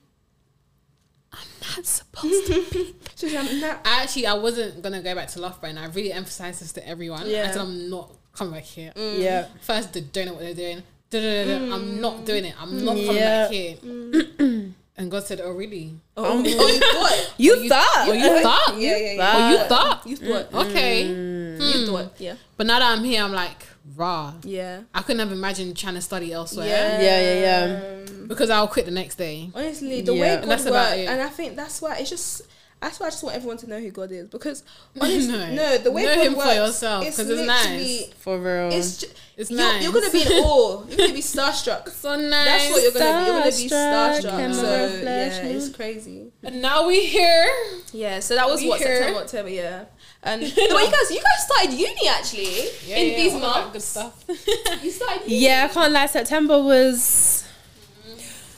Speaker 1: that's supposed to.
Speaker 2: Just, um, that-
Speaker 1: I actually, I wasn't gonna go back to Loughborough, and I really emphasized this to everyone. I
Speaker 2: Yeah. Mm.
Speaker 1: said I'm not coming back here.
Speaker 3: yeah.
Speaker 1: First, they don't know what they're doing. Da, da, da, da. I'm not doing it. I'm not coming
Speaker 3: Yeah.
Speaker 1: back here.
Speaker 2: Mm.
Speaker 1: and God said, "Oh, really?
Speaker 2: oh, oh, you thought?
Speaker 3: You,
Speaker 1: you-
Speaker 3: thought.
Speaker 1: Oh, you thought?
Speaker 2: Uh, Yeah, yeah, yeah.
Speaker 1: Oh, you thought?
Speaker 2: You Mm. thought?
Speaker 1: Okay." Hmm.
Speaker 2: You thought? Yeah,
Speaker 1: But now that I'm here, I'm like, rah.
Speaker 2: yeah.
Speaker 1: I couldn't have imagined trying to study elsewhere
Speaker 3: Yeah, yeah, yeah.
Speaker 1: because I'll quit the next day.
Speaker 2: Honestly, the
Speaker 3: Yeah.
Speaker 2: way
Speaker 1: And
Speaker 2: God
Speaker 1: that's
Speaker 2: works,
Speaker 1: about it.
Speaker 2: and I think that's why it's just. That's why I just want everyone to know who God is because honestly,
Speaker 1: No.
Speaker 2: no. the way
Speaker 1: Know
Speaker 2: God
Speaker 1: him for
Speaker 2: works,
Speaker 1: yourself,
Speaker 2: it's
Speaker 1: 'cause it's
Speaker 2: literally,
Speaker 1: nice.
Speaker 3: For real.
Speaker 2: it's ju-
Speaker 1: It's
Speaker 2: you're,
Speaker 1: nice.
Speaker 2: you're gonna be in awe. You're gonna be starstruck.
Speaker 1: So nice.
Speaker 2: That's what you're gonna be. You're gonna be
Speaker 3: Starstruck
Speaker 2: starstruck.
Speaker 3: and
Speaker 2: So yeah,
Speaker 3: reflection.
Speaker 2: it's crazy.
Speaker 1: and now we here.
Speaker 2: Yeah, so that was
Speaker 1: We
Speaker 2: what
Speaker 1: here.
Speaker 2: September, October, yeah. And well, you guys, you guys started uni actually
Speaker 1: Yeah,
Speaker 2: in
Speaker 1: yeah,
Speaker 2: these
Speaker 1: all that
Speaker 2: months.
Speaker 1: good stuff.
Speaker 2: You started. Uni.
Speaker 3: yeah, I can't lie. September was.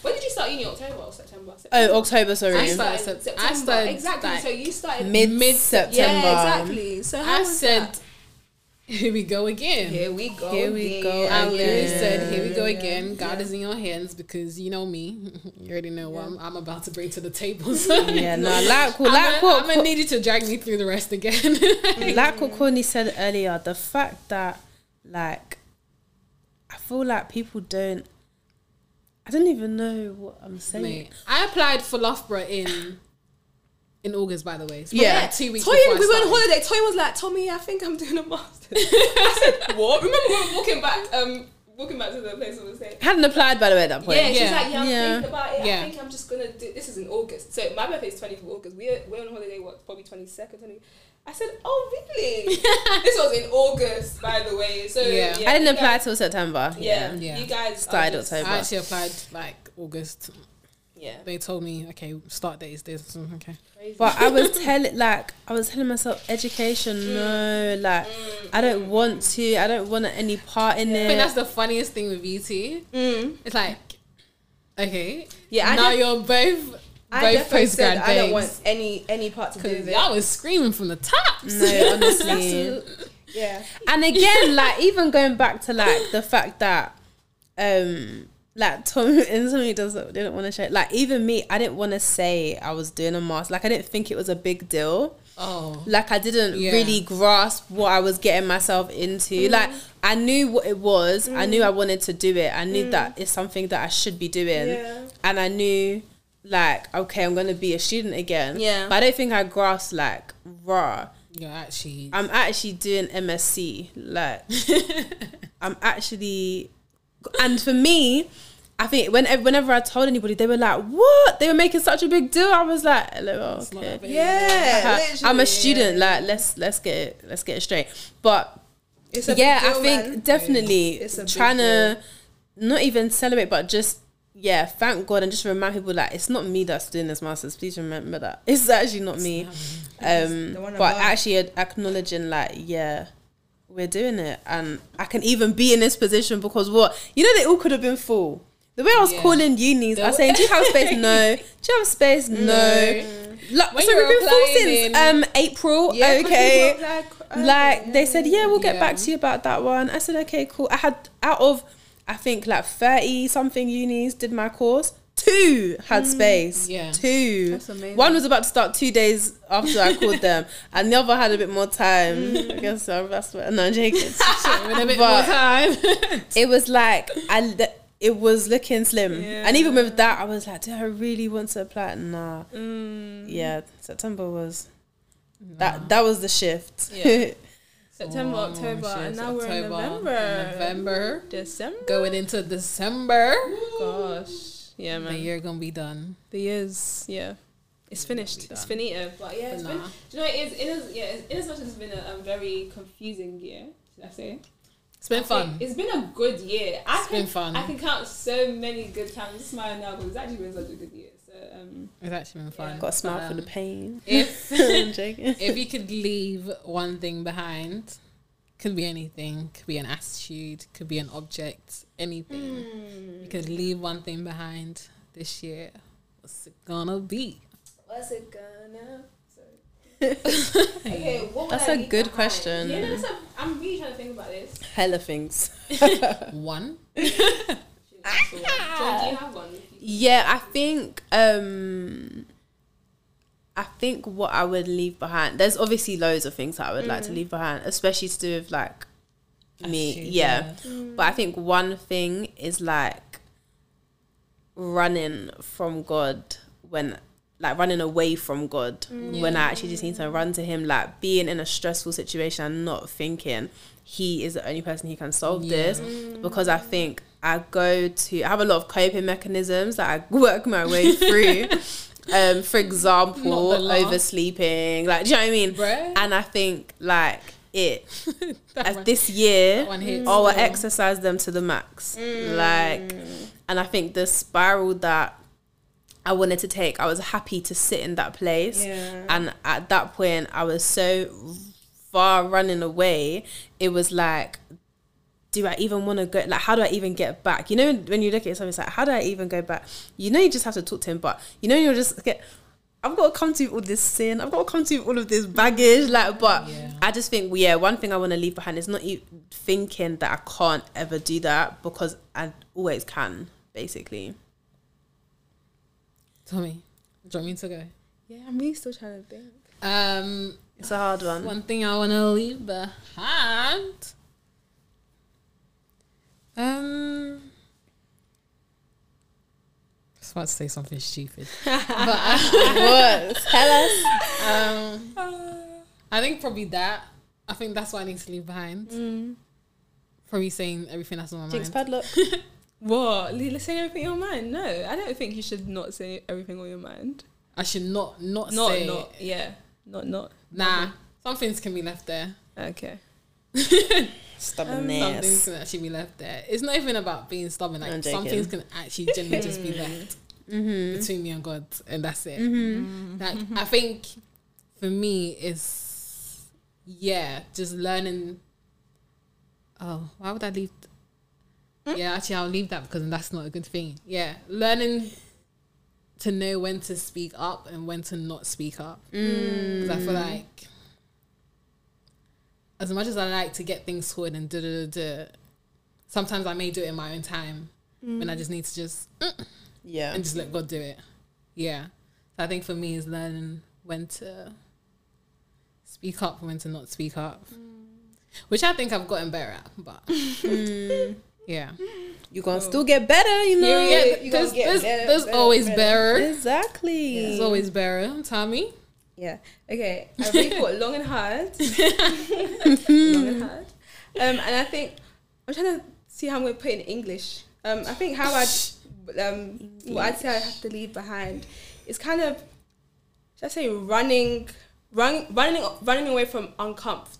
Speaker 2: When did you start uni? October or September? September.
Speaker 3: Oh, October, sorry.
Speaker 1: I started Sep- I started,
Speaker 2: exactly.
Speaker 1: like,
Speaker 2: so you started
Speaker 3: Mid
Speaker 1: Mid-
Speaker 3: September.
Speaker 2: Yeah, exactly. So how
Speaker 1: I
Speaker 2: was
Speaker 1: said,
Speaker 2: that?
Speaker 1: here we go again.
Speaker 2: here we go,
Speaker 3: Here we go
Speaker 2: Oh,
Speaker 1: I literally
Speaker 3: Yeah.
Speaker 1: said, here we go
Speaker 2: Yeah.
Speaker 1: again. God is in your hands because you know me. you already know what I'm, I'm about to bring to the table. So
Speaker 3: Yeah, no, like,
Speaker 1: I'm
Speaker 3: like
Speaker 1: gonna- I'm
Speaker 3: what
Speaker 1: gonna need you to drag me through the rest again.
Speaker 3: like what Courtney said earlier, the fact that like I feel like people don't I don't even know what I'm saying.
Speaker 1: Mate, I applied for Loughborough in in August, by the way. It's probably
Speaker 3: Yeah.
Speaker 1: like two weeks.
Speaker 2: Toyin,
Speaker 1: before I
Speaker 2: we went on
Speaker 1: started.
Speaker 2: holiday. Toyin was like, "Tommy, I think I'm doing a master." I said, "What?" Remember we were walking back, um, walking back to the place we were saying.
Speaker 3: Hadn't applied by the way at that point.
Speaker 2: Yeah, she's
Speaker 1: Yeah.
Speaker 2: like, yeah, I'm
Speaker 3: Yeah.
Speaker 2: thinking about it.
Speaker 1: Yeah.
Speaker 2: I think I'm just gonna do. This is in August, so my birthday is 20th of August. We're we're on holiday. What, probably 22nd, 20. I said, "Oh, really?" this was in August, by the way. So
Speaker 1: Yeah.
Speaker 3: I didn't
Speaker 2: you
Speaker 3: apply
Speaker 2: guys-
Speaker 3: till September.
Speaker 2: yeah,
Speaker 1: Yeah.
Speaker 2: you guys are
Speaker 3: Started
Speaker 2: just-
Speaker 3: October.
Speaker 1: I actually applied like August.
Speaker 2: Yeah,
Speaker 1: They told me, okay, start date is this. Mm, Okay,
Speaker 2: crazy.
Speaker 3: But I was telling like I was telling myself education, no, like I don't want to, I don't want any part in
Speaker 1: I
Speaker 3: it.
Speaker 1: think that's the funniest thing with beauty. It's like, okay,
Speaker 2: Mm. Yeah, I
Speaker 1: now
Speaker 2: def-
Speaker 1: you're both
Speaker 2: I
Speaker 1: both
Speaker 2: definitely said
Speaker 1: postgrad
Speaker 2: I don't
Speaker 1: babes
Speaker 2: want any any part to do
Speaker 1: because
Speaker 2: with it.
Speaker 1: y'all was screaming from the tops.
Speaker 3: no, honestly.
Speaker 2: Yeah.
Speaker 3: and again, like even going back to like the fact that um like Tom and somebody doesn't didn't want to show like even me, I didn't want to say I was doing a mask. Like I didn't think it was a big deal.
Speaker 1: Oh,
Speaker 3: Like I didn't
Speaker 1: Yeah.
Speaker 3: really grasp what I was getting myself into. Like I knew what it was. I knew I wanted to do it. I knew that it's something that I should be doing.
Speaker 2: Yeah.
Speaker 3: And I knew like, okay, I'm gonna be a student again.
Speaker 2: Yeah.
Speaker 3: But I don't think I grasped like raw.
Speaker 1: you're actually
Speaker 3: I'm actually doing MSc. Like, I'm actually, and for me, I think when, whenever I told anybody, they were like, "What?" They were making such a big deal. I was like, "Hello,
Speaker 1: not
Speaker 3: okay."
Speaker 1: that big.
Speaker 2: Uh-huh.
Speaker 4: Yeah,
Speaker 3: Like, I'm a
Speaker 4: literally.
Speaker 3: student. Like, let's let's get it, let's get it straight. But
Speaker 4: It's a
Speaker 3: yeah,
Speaker 4: big
Speaker 3: I
Speaker 4: deal,
Speaker 3: think
Speaker 4: man.
Speaker 3: definitely
Speaker 4: It's a big
Speaker 3: trying to not even celebrate, but just yeah, thank God and just remind people like it's not me that's doing this masters. Please remember that it's actually not me. Um,
Speaker 2: mm,
Speaker 4: the one
Speaker 3: but
Speaker 4: above.
Speaker 3: actually ad- acknowledging like yeah, we're doing it, and I can even be in this position because what you know they all could have been full. The way I was
Speaker 1: Yeah.
Speaker 3: calling unis, I
Speaker 1: They-
Speaker 3: was saying, "Do you have space? No. Do you have space? No." Like,
Speaker 1: When
Speaker 3: so
Speaker 1: you
Speaker 3: we've
Speaker 1: were
Speaker 3: been full
Speaker 1: applying in-
Speaker 3: since um, April.
Speaker 4: Yeah, 'cause
Speaker 3: okay
Speaker 4: people are like,
Speaker 2: uh,
Speaker 4: oh,
Speaker 3: like they said yeah we'll get back
Speaker 1: Yeah.
Speaker 3: to you about that one i said okay cool i had out of i think like 30 something unis did my course two had space
Speaker 1: Yeah.
Speaker 3: two
Speaker 4: That's amazing.
Speaker 3: one was about to start two days after i called them and the other had a bit more time i guess so that's what no jacob
Speaker 1: With a bit
Speaker 3: But-
Speaker 1: more time.
Speaker 3: it was like I th- it was looking slim, and even with that, I was like, "Do I really want to apply?" Nah.
Speaker 2: Mm.
Speaker 3: Yeah, September was that. That was the shift.
Speaker 1: Yeah.
Speaker 2: September,
Speaker 1: Oh,
Speaker 2: October,
Speaker 1: shit,
Speaker 2: and now we're in
Speaker 1: October,
Speaker 2: November.
Speaker 1: November.
Speaker 2: December.
Speaker 1: Going into December.
Speaker 2: Gosh. Yeah,
Speaker 1: The
Speaker 2: man.
Speaker 1: year gonna be done.
Speaker 2: The year's, yeah. It's finished. It's finito. But yeah, it's
Speaker 1: But
Speaker 2: been,
Speaker 1: nah.
Speaker 2: do you know, it's, in as, yeah, it's, in as much as it's been a um, very confusing year, should I say?
Speaker 1: It's been
Speaker 2: I
Speaker 1: fun.
Speaker 2: think It's been a good year. I
Speaker 1: It's
Speaker 2: can,
Speaker 1: been fun.
Speaker 2: I can count so many good times. I'm smiling now because it's actually been such a good year. So, um,
Speaker 1: It's actually been fun.
Speaker 3: Got a smile
Speaker 1: But,
Speaker 3: for the
Speaker 1: um,
Speaker 3: pain.
Speaker 1: If
Speaker 3: I'm joking.
Speaker 1: if you could leave one thing behind, could be anything, could be an attitude, could be an object, anything.
Speaker 2: Mm.
Speaker 1: You could leave one thing behind this year. What's it gonna be?
Speaker 2: what's it gonna? Okay, what would
Speaker 3: That's
Speaker 2: I
Speaker 3: a
Speaker 2: leave
Speaker 3: good
Speaker 2: behind?
Speaker 3: question.
Speaker 2: Yeah, no, that's a, I'm really trying to think about this.
Speaker 3: Hella things.
Speaker 1: One.
Speaker 2: Joy, do you have one?
Speaker 3: Yeah, I think um I think what I would leave behind there's obviously loads of things that I would like to leave behind, especially to do with like me.
Speaker 1: Attitude,
Speaker 3: yeah. But I think one thing is like running from God when like running away from God
Speaker 1: Mm.
Speaker 3: when I actually just need to run to him, like being in a stressful situation and not thinking he is the only person who can solve this
Speaker 1: Mm.
Speaker 3: because I think I go to I have a lot of coping mechanisms that I work my way through. um, for example,
Speaker 1: Not the laugh.
Speaker 3: oversleeping, like do you know what I mean?
Speaker 1: Bruh.
Speaker 3: And I think like it
Speaker 1: That
Speaker 3: as
Speaker 1: one.
Speaker 3: this year,
Speaker 1: that one hits.
Speaker 3: I will
Speaker 1: Yeah.
Speaker 3: exercise them to the max. Like, and I think the spiral that I wanted to take, I was happy to sit in that place.
Speaker 4: Yeah.
Speaker 3: And at that point, I was so far running away. It was like, do I even want to go? Like, how do I even get back? You know, when you look at something, it's like, how do I even go back? You know, you just have to talk to him, but you know, you'll just get. I've got to come to all this sin. I've got to come to all of this baggage. Like, but
Speaker 1: Yeah.
Speaker 3: I just think, well, yeah, one thing I want to leave behind is not e- thinking that I can't ever do that because I always can, basically.
Speaker 1: Tommy, do you want me to go?
Speaker 2: Yeah, I'm really still trying to think.
Speaker 1: Um,
Speaker 3: It's a hard one.
Speaker 1: one thing I want to leave behind. Um, I was about to say something stupid, but
Speaker 3: what? Tell us.
Speaker 1: um, I think probably that. I think that's what I need to leave behind. Probably saying everything that's on my
Speaker 3: Jinx
Speaker 1: mind.
Speaker 3: padlock.
Speaker 2: What? Le- Let's say everything on your mind? No, I don't think you should not say everything on your mind.
Speaker 1: I should not not,
Speaker 2: Not,
Speaker 1: say
Speaker 2: not, yeah, not, not.
Speaker 1: nah. Some things can be left there.
Speaker 2: Okay.
Speaker 1: Some things
Speaker 3: Stubbornness.
Speaker 1: can actually be left there. It's not even about being stubborn.
Speaker 3: I'm
Speaker 1: Like some
Speaker 3: joking. Mm-hmm.
Speaker 1: things can actually genuinely just be left between me and God, and that's it. Like I think for me is yeah, just learning. Oh, why would I leave? Yeah, actually, I'll leave that because that's not a good thing. Yeah, learning to know when to speak up and when to not speak up.
Speaker 3: Mm.
Speaker 1: Because I feel like as much as I like to get things sorted and da da da, da sometimes I may do it in my own time when I just need to just
Speaker 3: Yeah.
Speaker 1: and just let God do it. Yeah. So I think for me is learning when to speak up and when to not speak up.
Speaker 2: Mm.
Speaker 1: Which I think I've gotten better at, but
Speaker 2: Mm.
Speaker 1: yeah.
Speaker 3: You gonna still get better, you know.
Speaker 1: yeah
Speaker 4: you
Speaker 1: there's
Speaker 4: gonna get
Speaker 1: there's,
Speaker 4: better,
Speaker 1: there's
Speaker 4: better,
Speaker 1: always
Speaker 4: better.
Speaker 1: better.
Speaker 3: Exactly.
Speaker 1: There's always better. Tommy.
Speaker 4: Yeah. Okay.
Speaker 2: I really thought long and hard. long and hard. Um, and I think I'm trying to see how I'm going to put it in English. Um, I think how I um, what I'd say I have to leave behind is kind of, should I say, running, run, running, running away from uncomfort.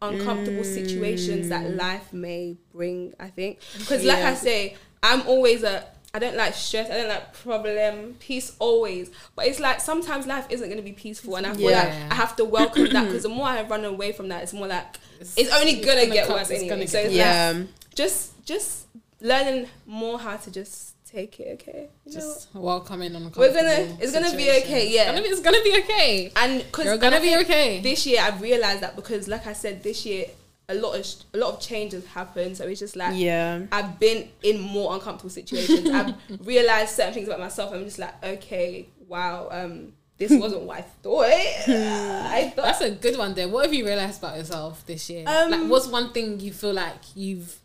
Speaker 2: Uncomfortable situations that life may bring, I think, because like I
Speaker 3: Yeah.
Speaker 2: say, I'm always a I don't like stress, I don't like problem, peace always. But it's like sometimes life isn't going to be peaceful, and I feel like
Speaker 1: Yeah.
Speaker 2: I have to welcome that because the more I run away from that, it's more like it's only gonna,
Speaker 1: gonna
Speaker 2: get
Speaker 1: come-
Speaker 2: worse
Speaker 1: it's
Speaker 2: anyway.
Speaker 1: gonna
Speaker 2: so
Speaker 1: get
Speaker 2: it's
Speaker 3: yeah.
Speaker 2: like just just learning more how to just take it, okay? You know what?
Speaker 1: Just welcome in on
Speaker 2: We're gonna- it's gonna be okay,
Speaker 1: It's
Speaker 2: yeah.
Speaker 1: gonna be, it's gonna be okay.
Speaker 2: and because
Speaker 1: You're gonna be okay.
Speaker 2: this year, I've realized that because, like I said, this year a lot of sh- a lot of change has happened. So it's just like
Speaker 3: yeah.
Speaker 2: I've been in more uncomfortable situations. I've realized certain things about myself. I'm just like, okay, wow, um, this wasn't what I thought. I thought
Speaker 1: That's a good one there. What have you realized about yourself this year?
Speaker 2: Um,
Speaker 1: like, what's one thing you feel like you've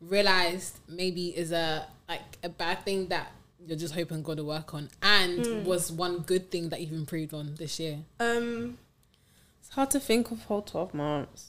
Speaker 1: realized maybe is a like a bad thing that you're just hoping God to work on, and
Speaker 2: Hmm.
Speaker 1: was one good thing that you've improved on this year?
Speaker 2: um,
Speaker 3: It's hard to think of whole 12 months.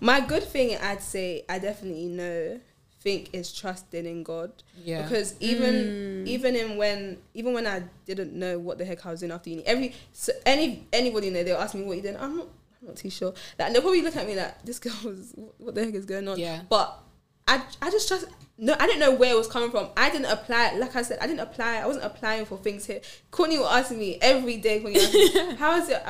Speaker 2: my good thing I'd say I definitely know think is trusting in God.
Speaker 1: Yeah, Mm.
Speaker 2: Because even even in when even when I didn't know what the heck I was doing after uni, every so any anybody in there they'll ask me what you doing. I'm not I'm not too sure. Like they'll probably look at me like this girl was what the heck is going on.
Speaker 1: Yeah.
Speaker 2: But I I just trust. No, I didn't know where it was coming from. I didn't apply. Like I said, I didn't apply. I wasn't applying for things here. Courtney will ask me every day. Courtney, ask me, how is it?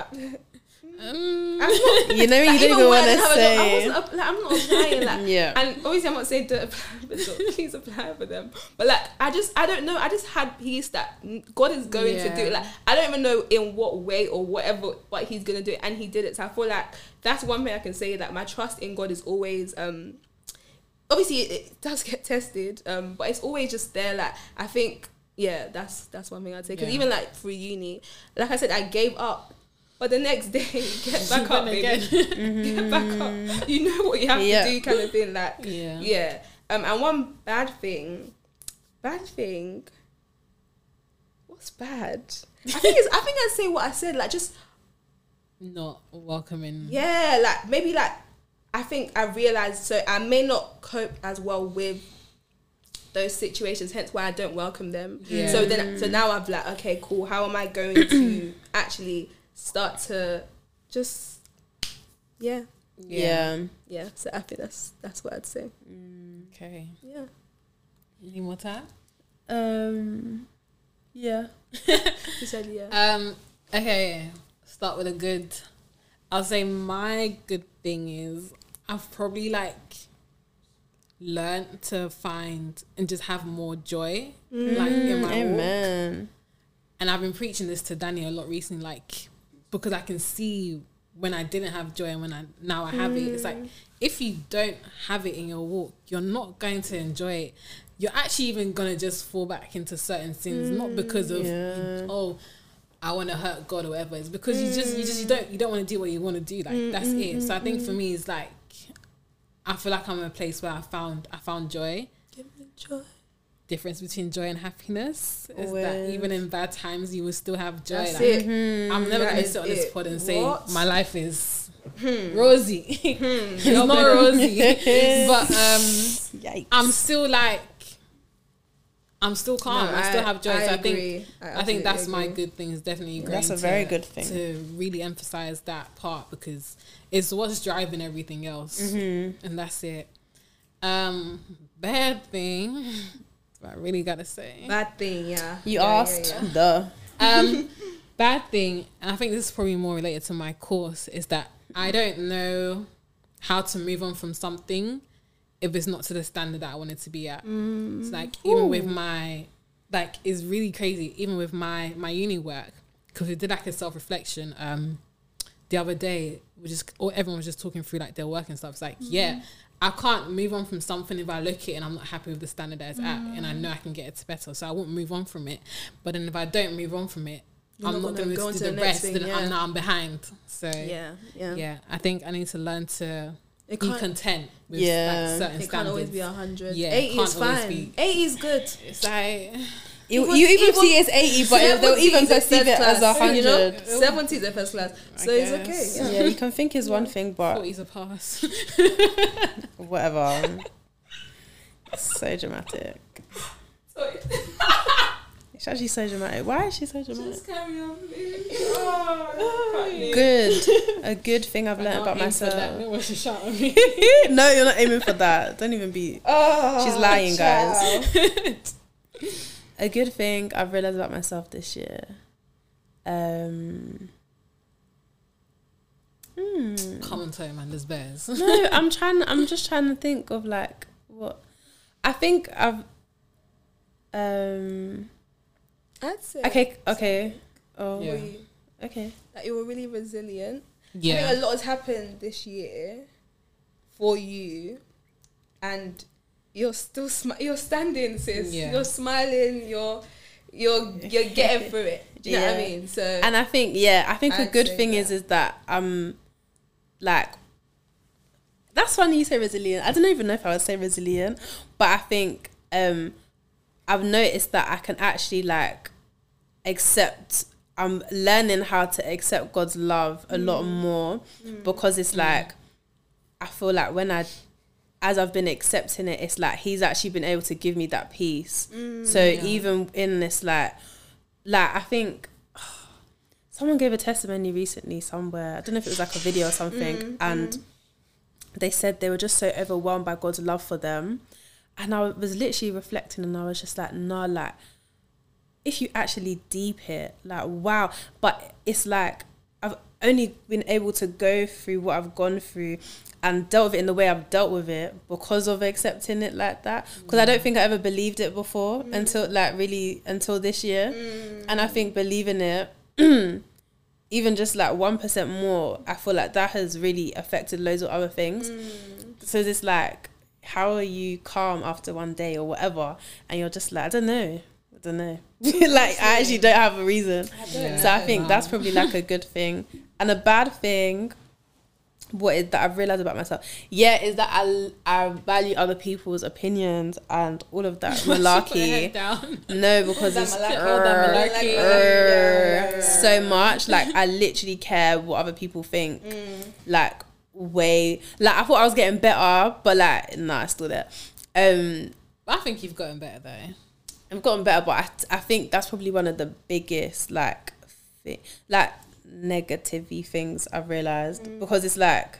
Speaker 2: I'm
Speaker 1: um,
Speaker 2: not
Speaker 3: You know, you
Speaker 2: like,
Speaker 3: don't
Speaker 2: even
Speaker 3: even
Speaker 2: when
Speaker 3: want
Speaker 2: I
Speaker 3: to
Speaker 2: didn't have a job, I
Speaker 3: say.
Speaker 2: wasn't app- like, I'm not applying. Like,
Speaker 3: Yeah.
Speaker 2: And obviously, I'm not saying don't apply for jobs. Please apply for them. But like, I just, I don't know. I just had peace that God is going to do it.
Speaker 1: Yeah.
Speaker 2: Like, I don't even know in what way or whatever, but He's going to do it, and He did it. So I feel like that's one thing I can say that my trust in God is always. um Obviously, it, it does get tested, um, but it's always just there. Like, I think, yeah, that's that's one thing I'd say. Because
Speaker 1: Yeah.
Speaker 2: even like for uni, like I said, I gave up. But the next day, get
Speaker 1: you
Speaker 2: back up,
Speaker 1: went
Speaker 2: baby
Speaker 1: again. Mm-hmm.
Speaker 2: get back up. You know what you have
Speaker 3: Yeah.
Speaker 2: to do, kind of thing. Like,
Speaker 1: yeah.
Speaker 2: yeah. Um, and one bad thing, bad thing. What's bad? I think it's, I think I'd say what I said. Like, just
Speaker 1: not welcoming.
Speaker 2: yeah, like maybe like I think I realized so I may not cope as well with those situations, hence why I don't welcome them.
Speaker 1: Yeah.
Speaker 2: So then so now I've like, okay, cool, how am I going to actually start to just yeah.
Speaker 3: Yeah.
Speaker 2: Yeah. So I think that's that's what I'd say.
Speaker 1: Okay.
Speaker 2: Yeah.
Speaker 1: Any more time?
Speaker 3: Um, yeah.
Speaker 2: You said yeah.
Speaker 1: Um. Okay. Start with a good. I'll say my good thing is I've probably like learned to find and just have more joy, like in my walk.
Speaker 3: Mm. Amen.
Speaker 1: And I've been preaching this to Danny a lot recently, like because I can see when I didn't have joy and when I now I have it. It's
Speaker 2: Mm.
Speaker 1: like if you don't have it in your walk, you're not going to enjoy it. You're actually even gonna just fall back into certain sins,
Speaker 2: Mm,
Speaker 1: not because of
Speaker 3: Yeah.
Speaker 1: oh, I want to hurt God or whatever. It's because you just you
Speaker 2: Mm.
Speaker 1: just you don't you don't want to do what you want to do. Like that's it. So I think for me, it's like I feel like I'm in a place where I found I found joy
Speaker 2: Give me joy.
Speaker 1: difference between joy and happiness is that
Speaker 3: Always.
Speaker 1: even in bad times you will still have joy.
Speaker 2: That's
Speaker 1: Like,
Speaker 2: it.
Speaker 3: Mm-hmm.
Speaker 1: I'm never
Speaker 2: Mm, That
Speaker 1: gonna
Speaker 2: is
Speaker 1: sit on this
Speaker 2: it.
Speaker 1: pod and say
Speaker 2: What? Hmm.
Speaker 1: my life is rosy. it's not rosy, but um,
Speaker 3: Yikes.
Speaker 1: I'm still like I'm still calm.
Speaker 2: No,
Speaker 1: I, still
Speaker 2: I-
Speaker 1: have joy.
Speaker 2: I
Speaker 1: so I think
Speaker 2: agree. I
Speaker 1: I, think
Speaker 2: absolutely
Speaker 1: that's my
Speaker 2: agree.
Speaker 1: good thing is definitely
Speaker 3: That's
Speaker 1: growing
Speaker 3: a very
Speaker 1: to-
Speaker 3: good thing.
Speaker 1: to really emphasize that part because it's what's driving everything else,
Speaker 2: Mm-hmm.
Speaker 1: and that's it. Um, bad thing. I really gotta say.
Speaker 2: Bad thing, yeah.
Speaker 3: You
Speaker 2: Yeah, yeah,
Speaker 3: asked
Speaker 2: yeah.
Speaker 3: the.
Speaker 1: Um, bad thing, and I think this is probably more related to my course, is that I don't know how to move on from something if it's not to the standard that I wanted to be at. It's like
Speaker 2: Mm.
Speaker 1: even with my, like, it's really crazy. Even with my my uni work, because we did like a self reflection. Um, the other day, we just all everyone was just talking through like their work and stuff. It's like,
Speaker 2: Mm.
Speaker 1: yeah, I can't move on from something if I look at it and I'm not happy with the standard that it's at, and I
Speaker 2: Mm.
Speaker 1: know I can get it to better, so I won't move on from it. But then if I don't move on from it,
Speaker 2: You're
Speaker 1: I'm
Speaker 2: not
Speaker 1: not
Speaker 2: gonna
Speaker 1: going
Speaker 2: go
Speaker 1: to
Speaker 2: on
Speaker 1: do
Speaker 2: to
Speaker 1: the,
Speaker 2: the next
Speaker 1: rest,
Speaker 2: thing,
Speaker 1: and
Speaker 2: yeah.
Speaker 1: I'm now I'm behind. So
Speaker 2: Yeah, yeah.
Speaker 1: yeah, I think I need to learn to
Speaker 2: It
Speaker 1: be
Speaker 2: can't,
Speaker 1: content with
Speaker 3: Yeah.
Speaker 1: like, certain
Speaker 2: it
Speaker 1: standards.
Speaker 2: can't always be 100.
Speaker 1: Yeah, it
Speaker 2: 80 is
Speaker 1: can't always
Speaker 2: fine.
Speaker 1: be.
Speaker 2: 80 is good.
Speaker 1: It's like
Speaker 3: You,
Speaker 2: Even-
Speaker 3: you even
Speaker 2: even-
Speaker 3: see it's 80, but
Speaker 2: Seventy
Speaker 3: they'll even
Speaker 2: is a
Speaker 3: perceive
Speaker 2: first
Speaker 3: it as
Speaker 2: class,
Speaker 3: 100.
Speaker 2: You know, 70 is a first class. So it's
Speaker 1: guess.
Speaker 2: okay. Yeah.
Speaker 3: Yeah, you can think is one thing, but
Speaker 1: forties a pass.
Speaker 3: whatever. so dramatic. It's actually so dramatic. Why is she so dramatic?
Speaker 2: Just carry on. please. Oh, I can't leave.
Speaker 3: Good. A good thing I've learned about myself.
Speaker 1: That when she shot at me.
Speaker 3: no, you're not aiming for that. Don't even be.
Speaker 4: Oh,
Speaker 3: She's lying,
Speaker 4: child.
Speaker 3: A good thing I've realized about myself this year. Um. Hmm.
Speaker 1: Come on, Tony, man. There's bears.
Speaker 3: No, I'm trying. I'm just trying to think of like what. I think I've. Um.
Speaker 2: I'd say
Speaker 3: Okay. Okay. Oh.
Speaker 1: Yeah.
Speaker 3: Okay.
Speaker 2: that you were really resilient.
Speaker 4: I
Speaker 1: Yeah.
Speaker 4: think a lot has happened this year for you, and you're still smi- you're standing, sis.
Speaker 1: Yeah.
Speaker 4: You're smiling. You're you're you're getting through it. Do you know what I
Speaker 3: Yeah.
Speaker 4: mean? So
Speaker 3: And I think yeah, I think a
Speaker 4: I'd
Speaker 3: good
Speaker 4: say
Speaker 3: thing is
Speaker 4: that.
Speaker 3: is that um, like. That's funny you say resilient. I don't even know if I would say resilient, but I think um, I've noticed that I can actually like accept. I'm learning how to accept God's love a lot
Speaker 4: Mm.
Speaker 3: more because it's like I feel like when I, as I've been accepting it, it's like He's actually been able to give me that peace.
Speaker 4: Mm,
Speaker 3: so even in this, like, like I think someone gave a testimony recently somewhere. I don't know if it was like a video or something, and they said they were just so overwhelmed by God's love for them. And I was literally reflecting, and I was just like, nah, like if you actually deep it, like wow. But it's like I've only been able to go through what I've gone through and dealt with it in the way I've dealt with it because of accepting it like that. Because I don't think I ever believed it before until like really until this year. And I think believing it even just like one percent more, I feel like that has really affected loads of other things. So it's like, how are you calm after one day or whatever? And you're just like, I don't know, I don't know. like I actually don't have a reason. So I think that's probably like a good thing. And a bad thing, what is that I've realized about myself? Yeah, is that I I value other people's opinions and all of that
Speaker 1: Put her head
Speaker 3: malarkey.
Speaker 1: down.
Speaker 3: No, because
Speaker 4: That
Speaker 3: it's
Speaker 4: malarkey.
Speaker 1: That
Speaker 3: Err,
Speaker 1: malarkey.
Speaker 4: Yeah, yeah,
Speaker 3: err,
Speaker 4: yeah.
Speaker 3: so much. Like I literally care what other people think. Like way, like I thought I was getting better, but like nah, it's still there. Um,
Speaker 1: I think you've gotten better though.
Speaker 3: I've gotten better, but I, I think that's probably one of the biggest like thi- like negativity things I've realized
Speaker 1: Mm.
Speaker 3: because it's like.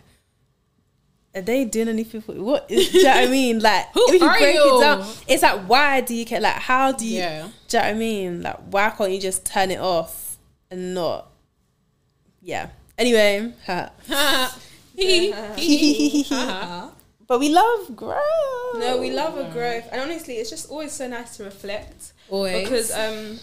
Speaker 3: Are they doing anything for what? Is, do you know what I mean? Like,
Speaker 1: Who
Speaker 3: if you
Speaker 1: are
Speaker 3: break
Speaker 1: you?
Speaker 3: it down, it's like, why do you care? Like, how do you?
Speaker 1: Yeah.
Speaker 3: Do you know what I mean? Like, why can't you just turn it off and not? Yeah. Anyway, ha. but we love growth.
Speaker 4: no, we love a growth, and honestly, it's just always so nice to reflect
Speaker 1: Always.
Speaker 4: because um,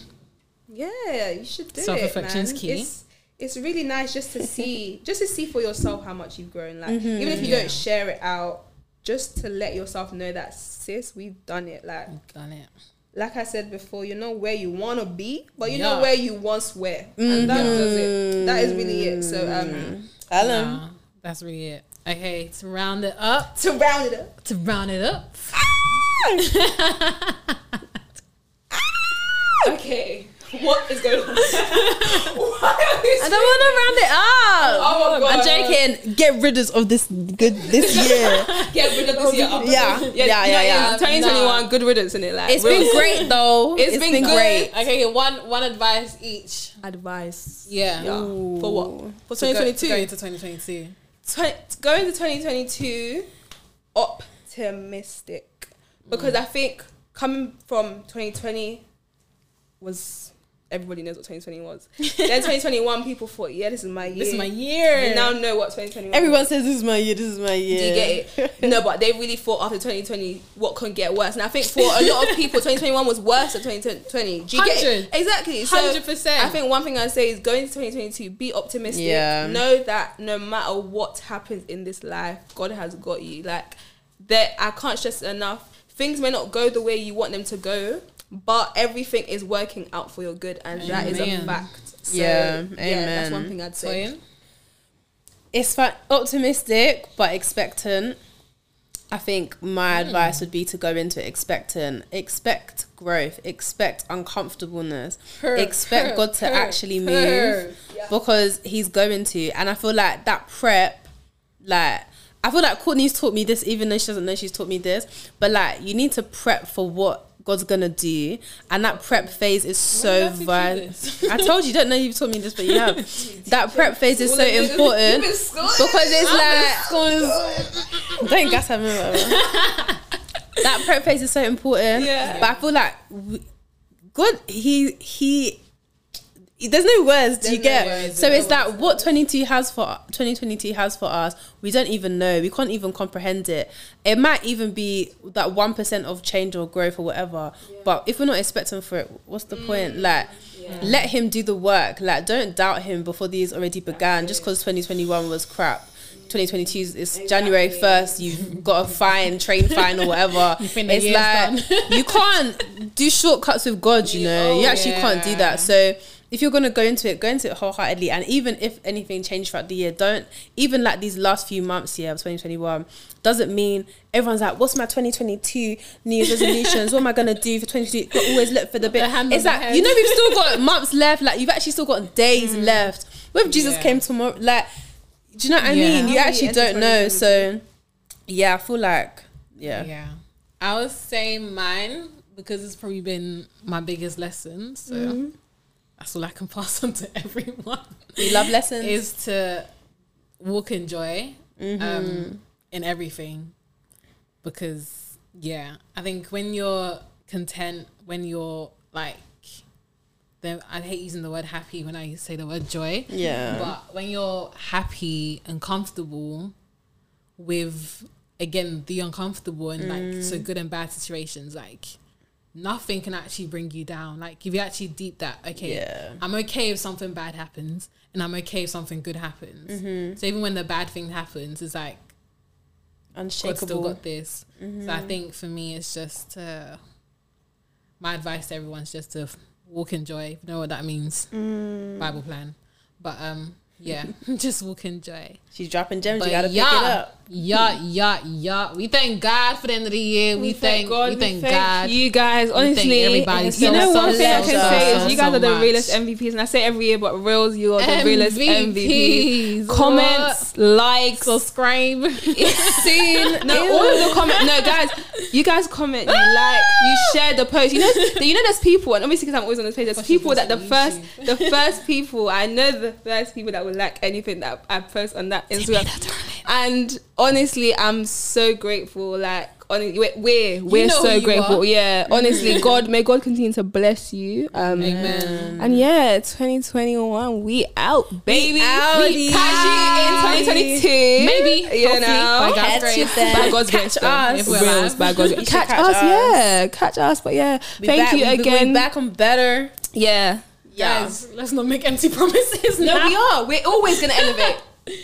Speaker 4: yeah, you should do it.
Speaker 1: Self-reflection
Speaker 4: Man.
Speaker 1: is key.
Speaker 4: It's, it's really nice just to see, just to see for yourself how much you've grown. Like even if you
Speaker 1: Yeah.
Speaker 4: don't share it out, just to let yourself know that sis, we've done it. Like
Speaker 1: Done it.
Speaker 4: like I said before, you know where you want to be, but you
Speaker 1: Yeah.
Speaker 4: know where you once were, and that does it. That is really it. So um,
Speaker 3: Ellen.
Speaker 1: Nah, that's really it. Okay, to round it up.
Speaker 4: to round it up,
Speaker 1: To round it up.
Speaker 4: okay, what is going on? Why are we
Speaker 3: I don't want to round it up.
Speaker 4: Oh my God.
Speaker 3: I'm joking. Get rid of this good this year.
Speaker 4: get rid of this year? up?
Speaker 3: yeah, yeah, yeah, yeah.
Speaker 1: yeah.
Speaker 2: Twenty twenty one, good riddance in it. Like
Speaker 3: It's been great though.
Speaker 2: It's been good.
Speaker 3: great.
Speaker 1: Okay, one one advice each.
Speaker 2: advice.
Speaker 1: Yeah.
Speaker 2: Yeah. For what? For
Speaker 1: To go-
Speaker 2: twenty
Speaker 1: to Go
Speaker 2: twenty two.
Speaker 1: into 2022.
Speaker 2: Go into twenty twenty two.
Speaker 4: optimistic
Speaker 2: because I think coming from 2020 was everybody knows what 2020 was. then 2021, people thought, yeah, this is my year.
Speaker 1: This is my year.
Speaker 2: You now know what 2021.
Speaker 3: Everyone says this is my year. This is my year.
Speaker 2: Do you get it? No, but they really thought after 2020 what can get worse. And I think for a lot of people, 2021 was worse than 2020. Do you get it?
Speaker 1: 100.
Speaker 2: Exactly. So
Speaker 1: 100%.
Speaker 2: I think one thing I say is go into 2022, be optimistic.
Speaker 3: Yeah.
Speaker 2: Know that no matter what happens in this life, God has got you. Like that, I can't stress it enough. Things may not go the way you want them to go, but everything is working out for your good, and that is a
Speaker 1: Amen.
Speaker 2: fact. So,
Speaker 3: Yeah,
Speaker 2: Yeah, that's
Speaker 3: amen.
Speaker 2: one thing I'd say.
Speaker 1: Toyin?
Speaker 3: It's fun, optimistic but expectant. I think
Speaker 1: Hmm.
Speaker 3: my advice would be to go into it expectant, expect growth, expect uncomfortableness,
Speaker 1: Purr,
Speaker 3: expect
Speaker 1: purr,
Speaker 3: God to
Speaker 1: purr,
Speaker 3: actually move
Speaker 1: purr.
Speaker 3: because He's going to. And I feel like that prep, like, I feel like Courtney's taught me this, even though she doesn't know she's taught me this, but like, you need to prep for what God's gonna do, and that prep phase is so
Speaker 1: did I teach you
Speaker 3: vital.
Speaker 1: this?
Speaker 3: I told you, don't know you've told me this, but you have. that prep phase is so important because it's like don't gas her. remember. that prep phase is so important.
Speaker 2: Yeah.
Speaker 3: But I feel like we, God, he he. There's no words do
Speaker 1: There's no
Speaker 3: you get.
Speaker 1: words,
Speaker 3: so
Speaker 1: there's
Speaker 3: it's
Speaker 1: no
Speaker 3: that what 22 has for 2022 has for us. We don't even know. We can't even comprehend it. It might even be that one percent of change or growth or whatever. But if we're not expecting for it, what's the point?
Speaker 1: Mm.
Speaker 3: Like, let him do the work. Like, don't doubt him before these already began. Just because 2021 was crap. 2022 is January 1st. You've got a fine, train fine, or whatever.
Speaker 1: think the
Speaker 3: it's
Speaker 1: year's
Speaker 3: like you can't do shortcuts with God. You know, you actually can't do
Speaker 1: yeah.
Speaker 3: that. So if you're gonna go into it, go into it wholeheartedly. And even if anything changed throughout the year, don't even like these last few months here of 2021 doesn't mean everyone's like, what's my 2022 New Year's resolutions? what am I gonna do for 2022? But always look for the bit.
Speaker 1: The hand
Speaker 3: it's
Speaker 1: on the
Speaker 3: like
Speaker 1: head. Mm.
Speaker 3: you know we've still got months left. Like you've actually still got days left. What if Jesus
Speaker 1: Yeah.
Speaker 3: came tomorrow? Like, do you know what I
Speaker 1: Yeah.
Speaker 3: mean? You
Speaker 4: Yeah,
Speaker 3: actually
Speaker 4: it's
Speaker 3: don't
Speaker 4: different.
Speaker 3: know. So yeah, I feel like yeah.
Speaker 1: Yeah. I would say mine because it's probably been my biggest lesson. So
Speaker 3: Mm-hmm.
Speaker 1: that's all I can pass on to everyone
Speaker 3: We love lessons.
Speaker 1: is to walk in joy
Speaker 3: Mm-hmm.
Speaker 1: um, in everything. Because, yeah, I think when you're content, when you're like, then I hate using the word happy when I say the word joy.
Speaker 3: yeah.
Speaker 1: But when you're happy and comfortable with again the uncomfortable and like
Speaker 3: Mm.
Speaker 1: so good and bad situations, like nothing can actually bring you down. Like if you actually deep that, okay,
Speaker 3: Yeah.
Speaker 1: I'm okay if something bad happens and I'm okay if something good happens.
Speaker 3: Mm-hmm.
Speaker 1: So even when the bad thing happens, it's like God's still
Speaker 3: Unshakable.
Speaker 1: got this. So I think for me, it's just uh, my advice to everyone's just to walk in joy. if You know what that means? Bible plan. But um, yeah, just walk in joy.
Speaker 3: She's dropping gems.
Speaker 1: But
Speaker 3: you gotta pick it
Speaker 1: yeah,
Speaker 3: up.
Speaker 1: yeah, yeah, yeah. We thank God for the end of the year. We, thank God. We thank, God.
Speaker 2: you guys. Honestly,
Speaker 1: everybody
Speaker 2: you
Speaker 1: so,
Speaker 2: know
Speaker 1: so,
Speaker 2: one thing I
Speaker 1: so,
Speaker 2: can
Speaker 1: so,
Speaker 2: say
Speaker 1: so,
Speaker 2: is you guys
Speaker 1: so
Speaker 2: are the
Speaker 1: much.
Speaker 2: realest MVPs, and I say every year, but reals, you are the realest
Speaker 1: MVPs,
Speaker 2: MVPs. Comments, likes,
Speaker 1: Subscribe.
Speaker 2: soon. No, all of the comment. No, guys, you guys comment, you like, you share the post. You know, you know, there's people, and obviously because I'm always on this page, there's people that the first, the first people I know, the first people that would like anything that I post on that Instagram. And honestly, I'm so grateful. Like, honestly, we're we're, we're
Speaker 1: know who
Speaker 2: so
Speaker 1: you
Speaker 2: grateful.
Speaker 1: are.
Speaker 2: Yeah, honestly, God, may God continue to bless you. Um,
Speaker 1: Amen.
Speaker 2: And yeah, 2021, we out, baby. We
Speaker 3: outie.
Speaker 2: catch you in 2022.
Speaker 1: Maybe,
Speaker 2: you
Speaker 1: hopefully.
Speaker 2: know.
Speaker 1: By God's
Speaker 3: Catch you
Speaker 1: grace.
Speaker 3: then.
Speaker 2: By God's
Speaker 3: Catch
Speaker 2: grace, though.
Speaker 3: us.
Speaker 1: If
Speaker 2: Real,
Speaker 1: we're alive.
Speaker 2: by God's
Speaker 3: You
Speaker 2: grace.
Speaker 3: should
Speaker 2: Catch,
Speaker 3: catch
Speaker 2: us,
Speaker 3: us.
Speaker 2: yeah. Catch us, but yeah.
Speaker 3: Be
Speaker 2: Thank
Speaker 3: back-
Speaker 2: you
Speaker 3: we- we
Speaker 2: again.
Speaker 3: back on better.
Speaker 2: Yeah.
Speaker 3: Yeah.
Speaker 1: Guys, let's not make empty promises.
Speaker 2: No,
Speaker 1: now.
Speaker 2: we are. We're always gonna elevate.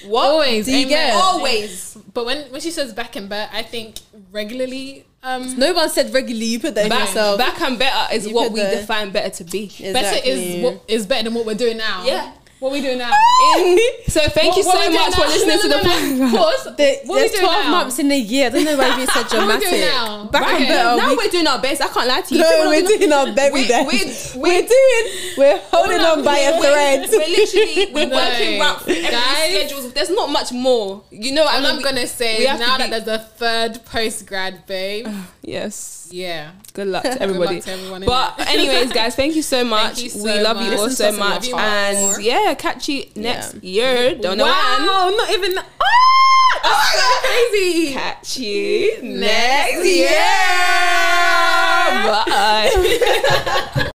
Speaker 2: What?
Speaker 1: Always,
Speaker 2: Do you
Speaker 1: amen. Oh,
Speaker 2: get? Always.
Speaker 1: But when, when she says back and back, I think regularly. Um,
Speaker 3: No one said regularly. You put that in
Speaker 2: Back,
Speaker 3: yourself.
Speaker 2: back and better is
Speaker 3: You
Speaker 2: what
Speaker 3: put
Speaker 2: we
Speaker 3: the-
Speaker 2: define better to be.
Speaker 1: Better is what is better than what we're doing now.
Speaker 2: Yeah.
Speaker 1: What we doing now?
Speaker 2: Ah! so thank you
Speaker 1: What- what
Speaker 2: so
Speaker 1: we doing
Speaker 2: much for
Speaker 1: now?
Speaker 2: listening to
Speaker 1: No,
Speaker 2: the
Speaker 1: no,
Speaker 2: podcast.
Speaker 1: no, no. Pause.
Speaker 3: The,
Speaker 1: What we
Speaker 3: there's
Speaker 1: doing
Speaker 3: 12
Speaker 1: now?
Speaker 3: months in a year. I don't know why we said
Speaker 1: What we
Speaker 3: dramatic.
Speaker 1: doing now?
Speaker 3: Back
Speaker 1: Right.
Speaker 3: and better.
Speaker 2: Now
Speaker 3: we,
Speaker 2: we're doing our best. I can't lie to you.
Speaker 3: no,
Speaker 2: People
Speaker 3: we're
Speaker 2: don't know-
Speaker 3: doing our very
Speaker 2: We're-
Speaker 3: best.
Speaker 2: we're-
Speaker 3: We're doing. We're holding
Speaker 1: Hold
Speaker 3: on
Speaker 1: on,
Speaker 3: by a
Speaker 1: we're-
Speaker 3: thread.
Speaker 2: We're literally we're
Speaker 1: No.
Speaker 2: working round through
Speaker 1: Guys.
Speaker 2: every schedules. There's not much more. You know,
Speaker 1: All
Speaker 2: what I
Speaker 1: I'm
Speaker 2: mean?
Speaker 1: gonna say
Speaker 2: we
Speaker 1: is
Speaker 2: have to
Speaker 1: now
Speaker 2: be-
Speaker 1: that there's a third post grad, babe.
Speaker 2: yes.
Speaker 1: yeah.
Speaker 2: good luck to everybody.
Speaker 1: to everyone,
Speaker 2: but
Speaker 1: innit?
Speaker 2: anyways, guys, thank you so much.
Speaker 1: you so
Speaker 2: we love you
Speaker 1: much.
Speaker 2: all
Speaker 1: Listen
Speaker 2: so
Speaker 1: to us,
Speaker 2: much,
Speaker 1: we love you
Speaker 2: and
Speaker 1: more.
Speaker 2: yeah, catch you next year. Don't know when.
Speaker 3: wow, not even. Oh,
Speaker 2: Oh, crazy. Catch you next year. Bye.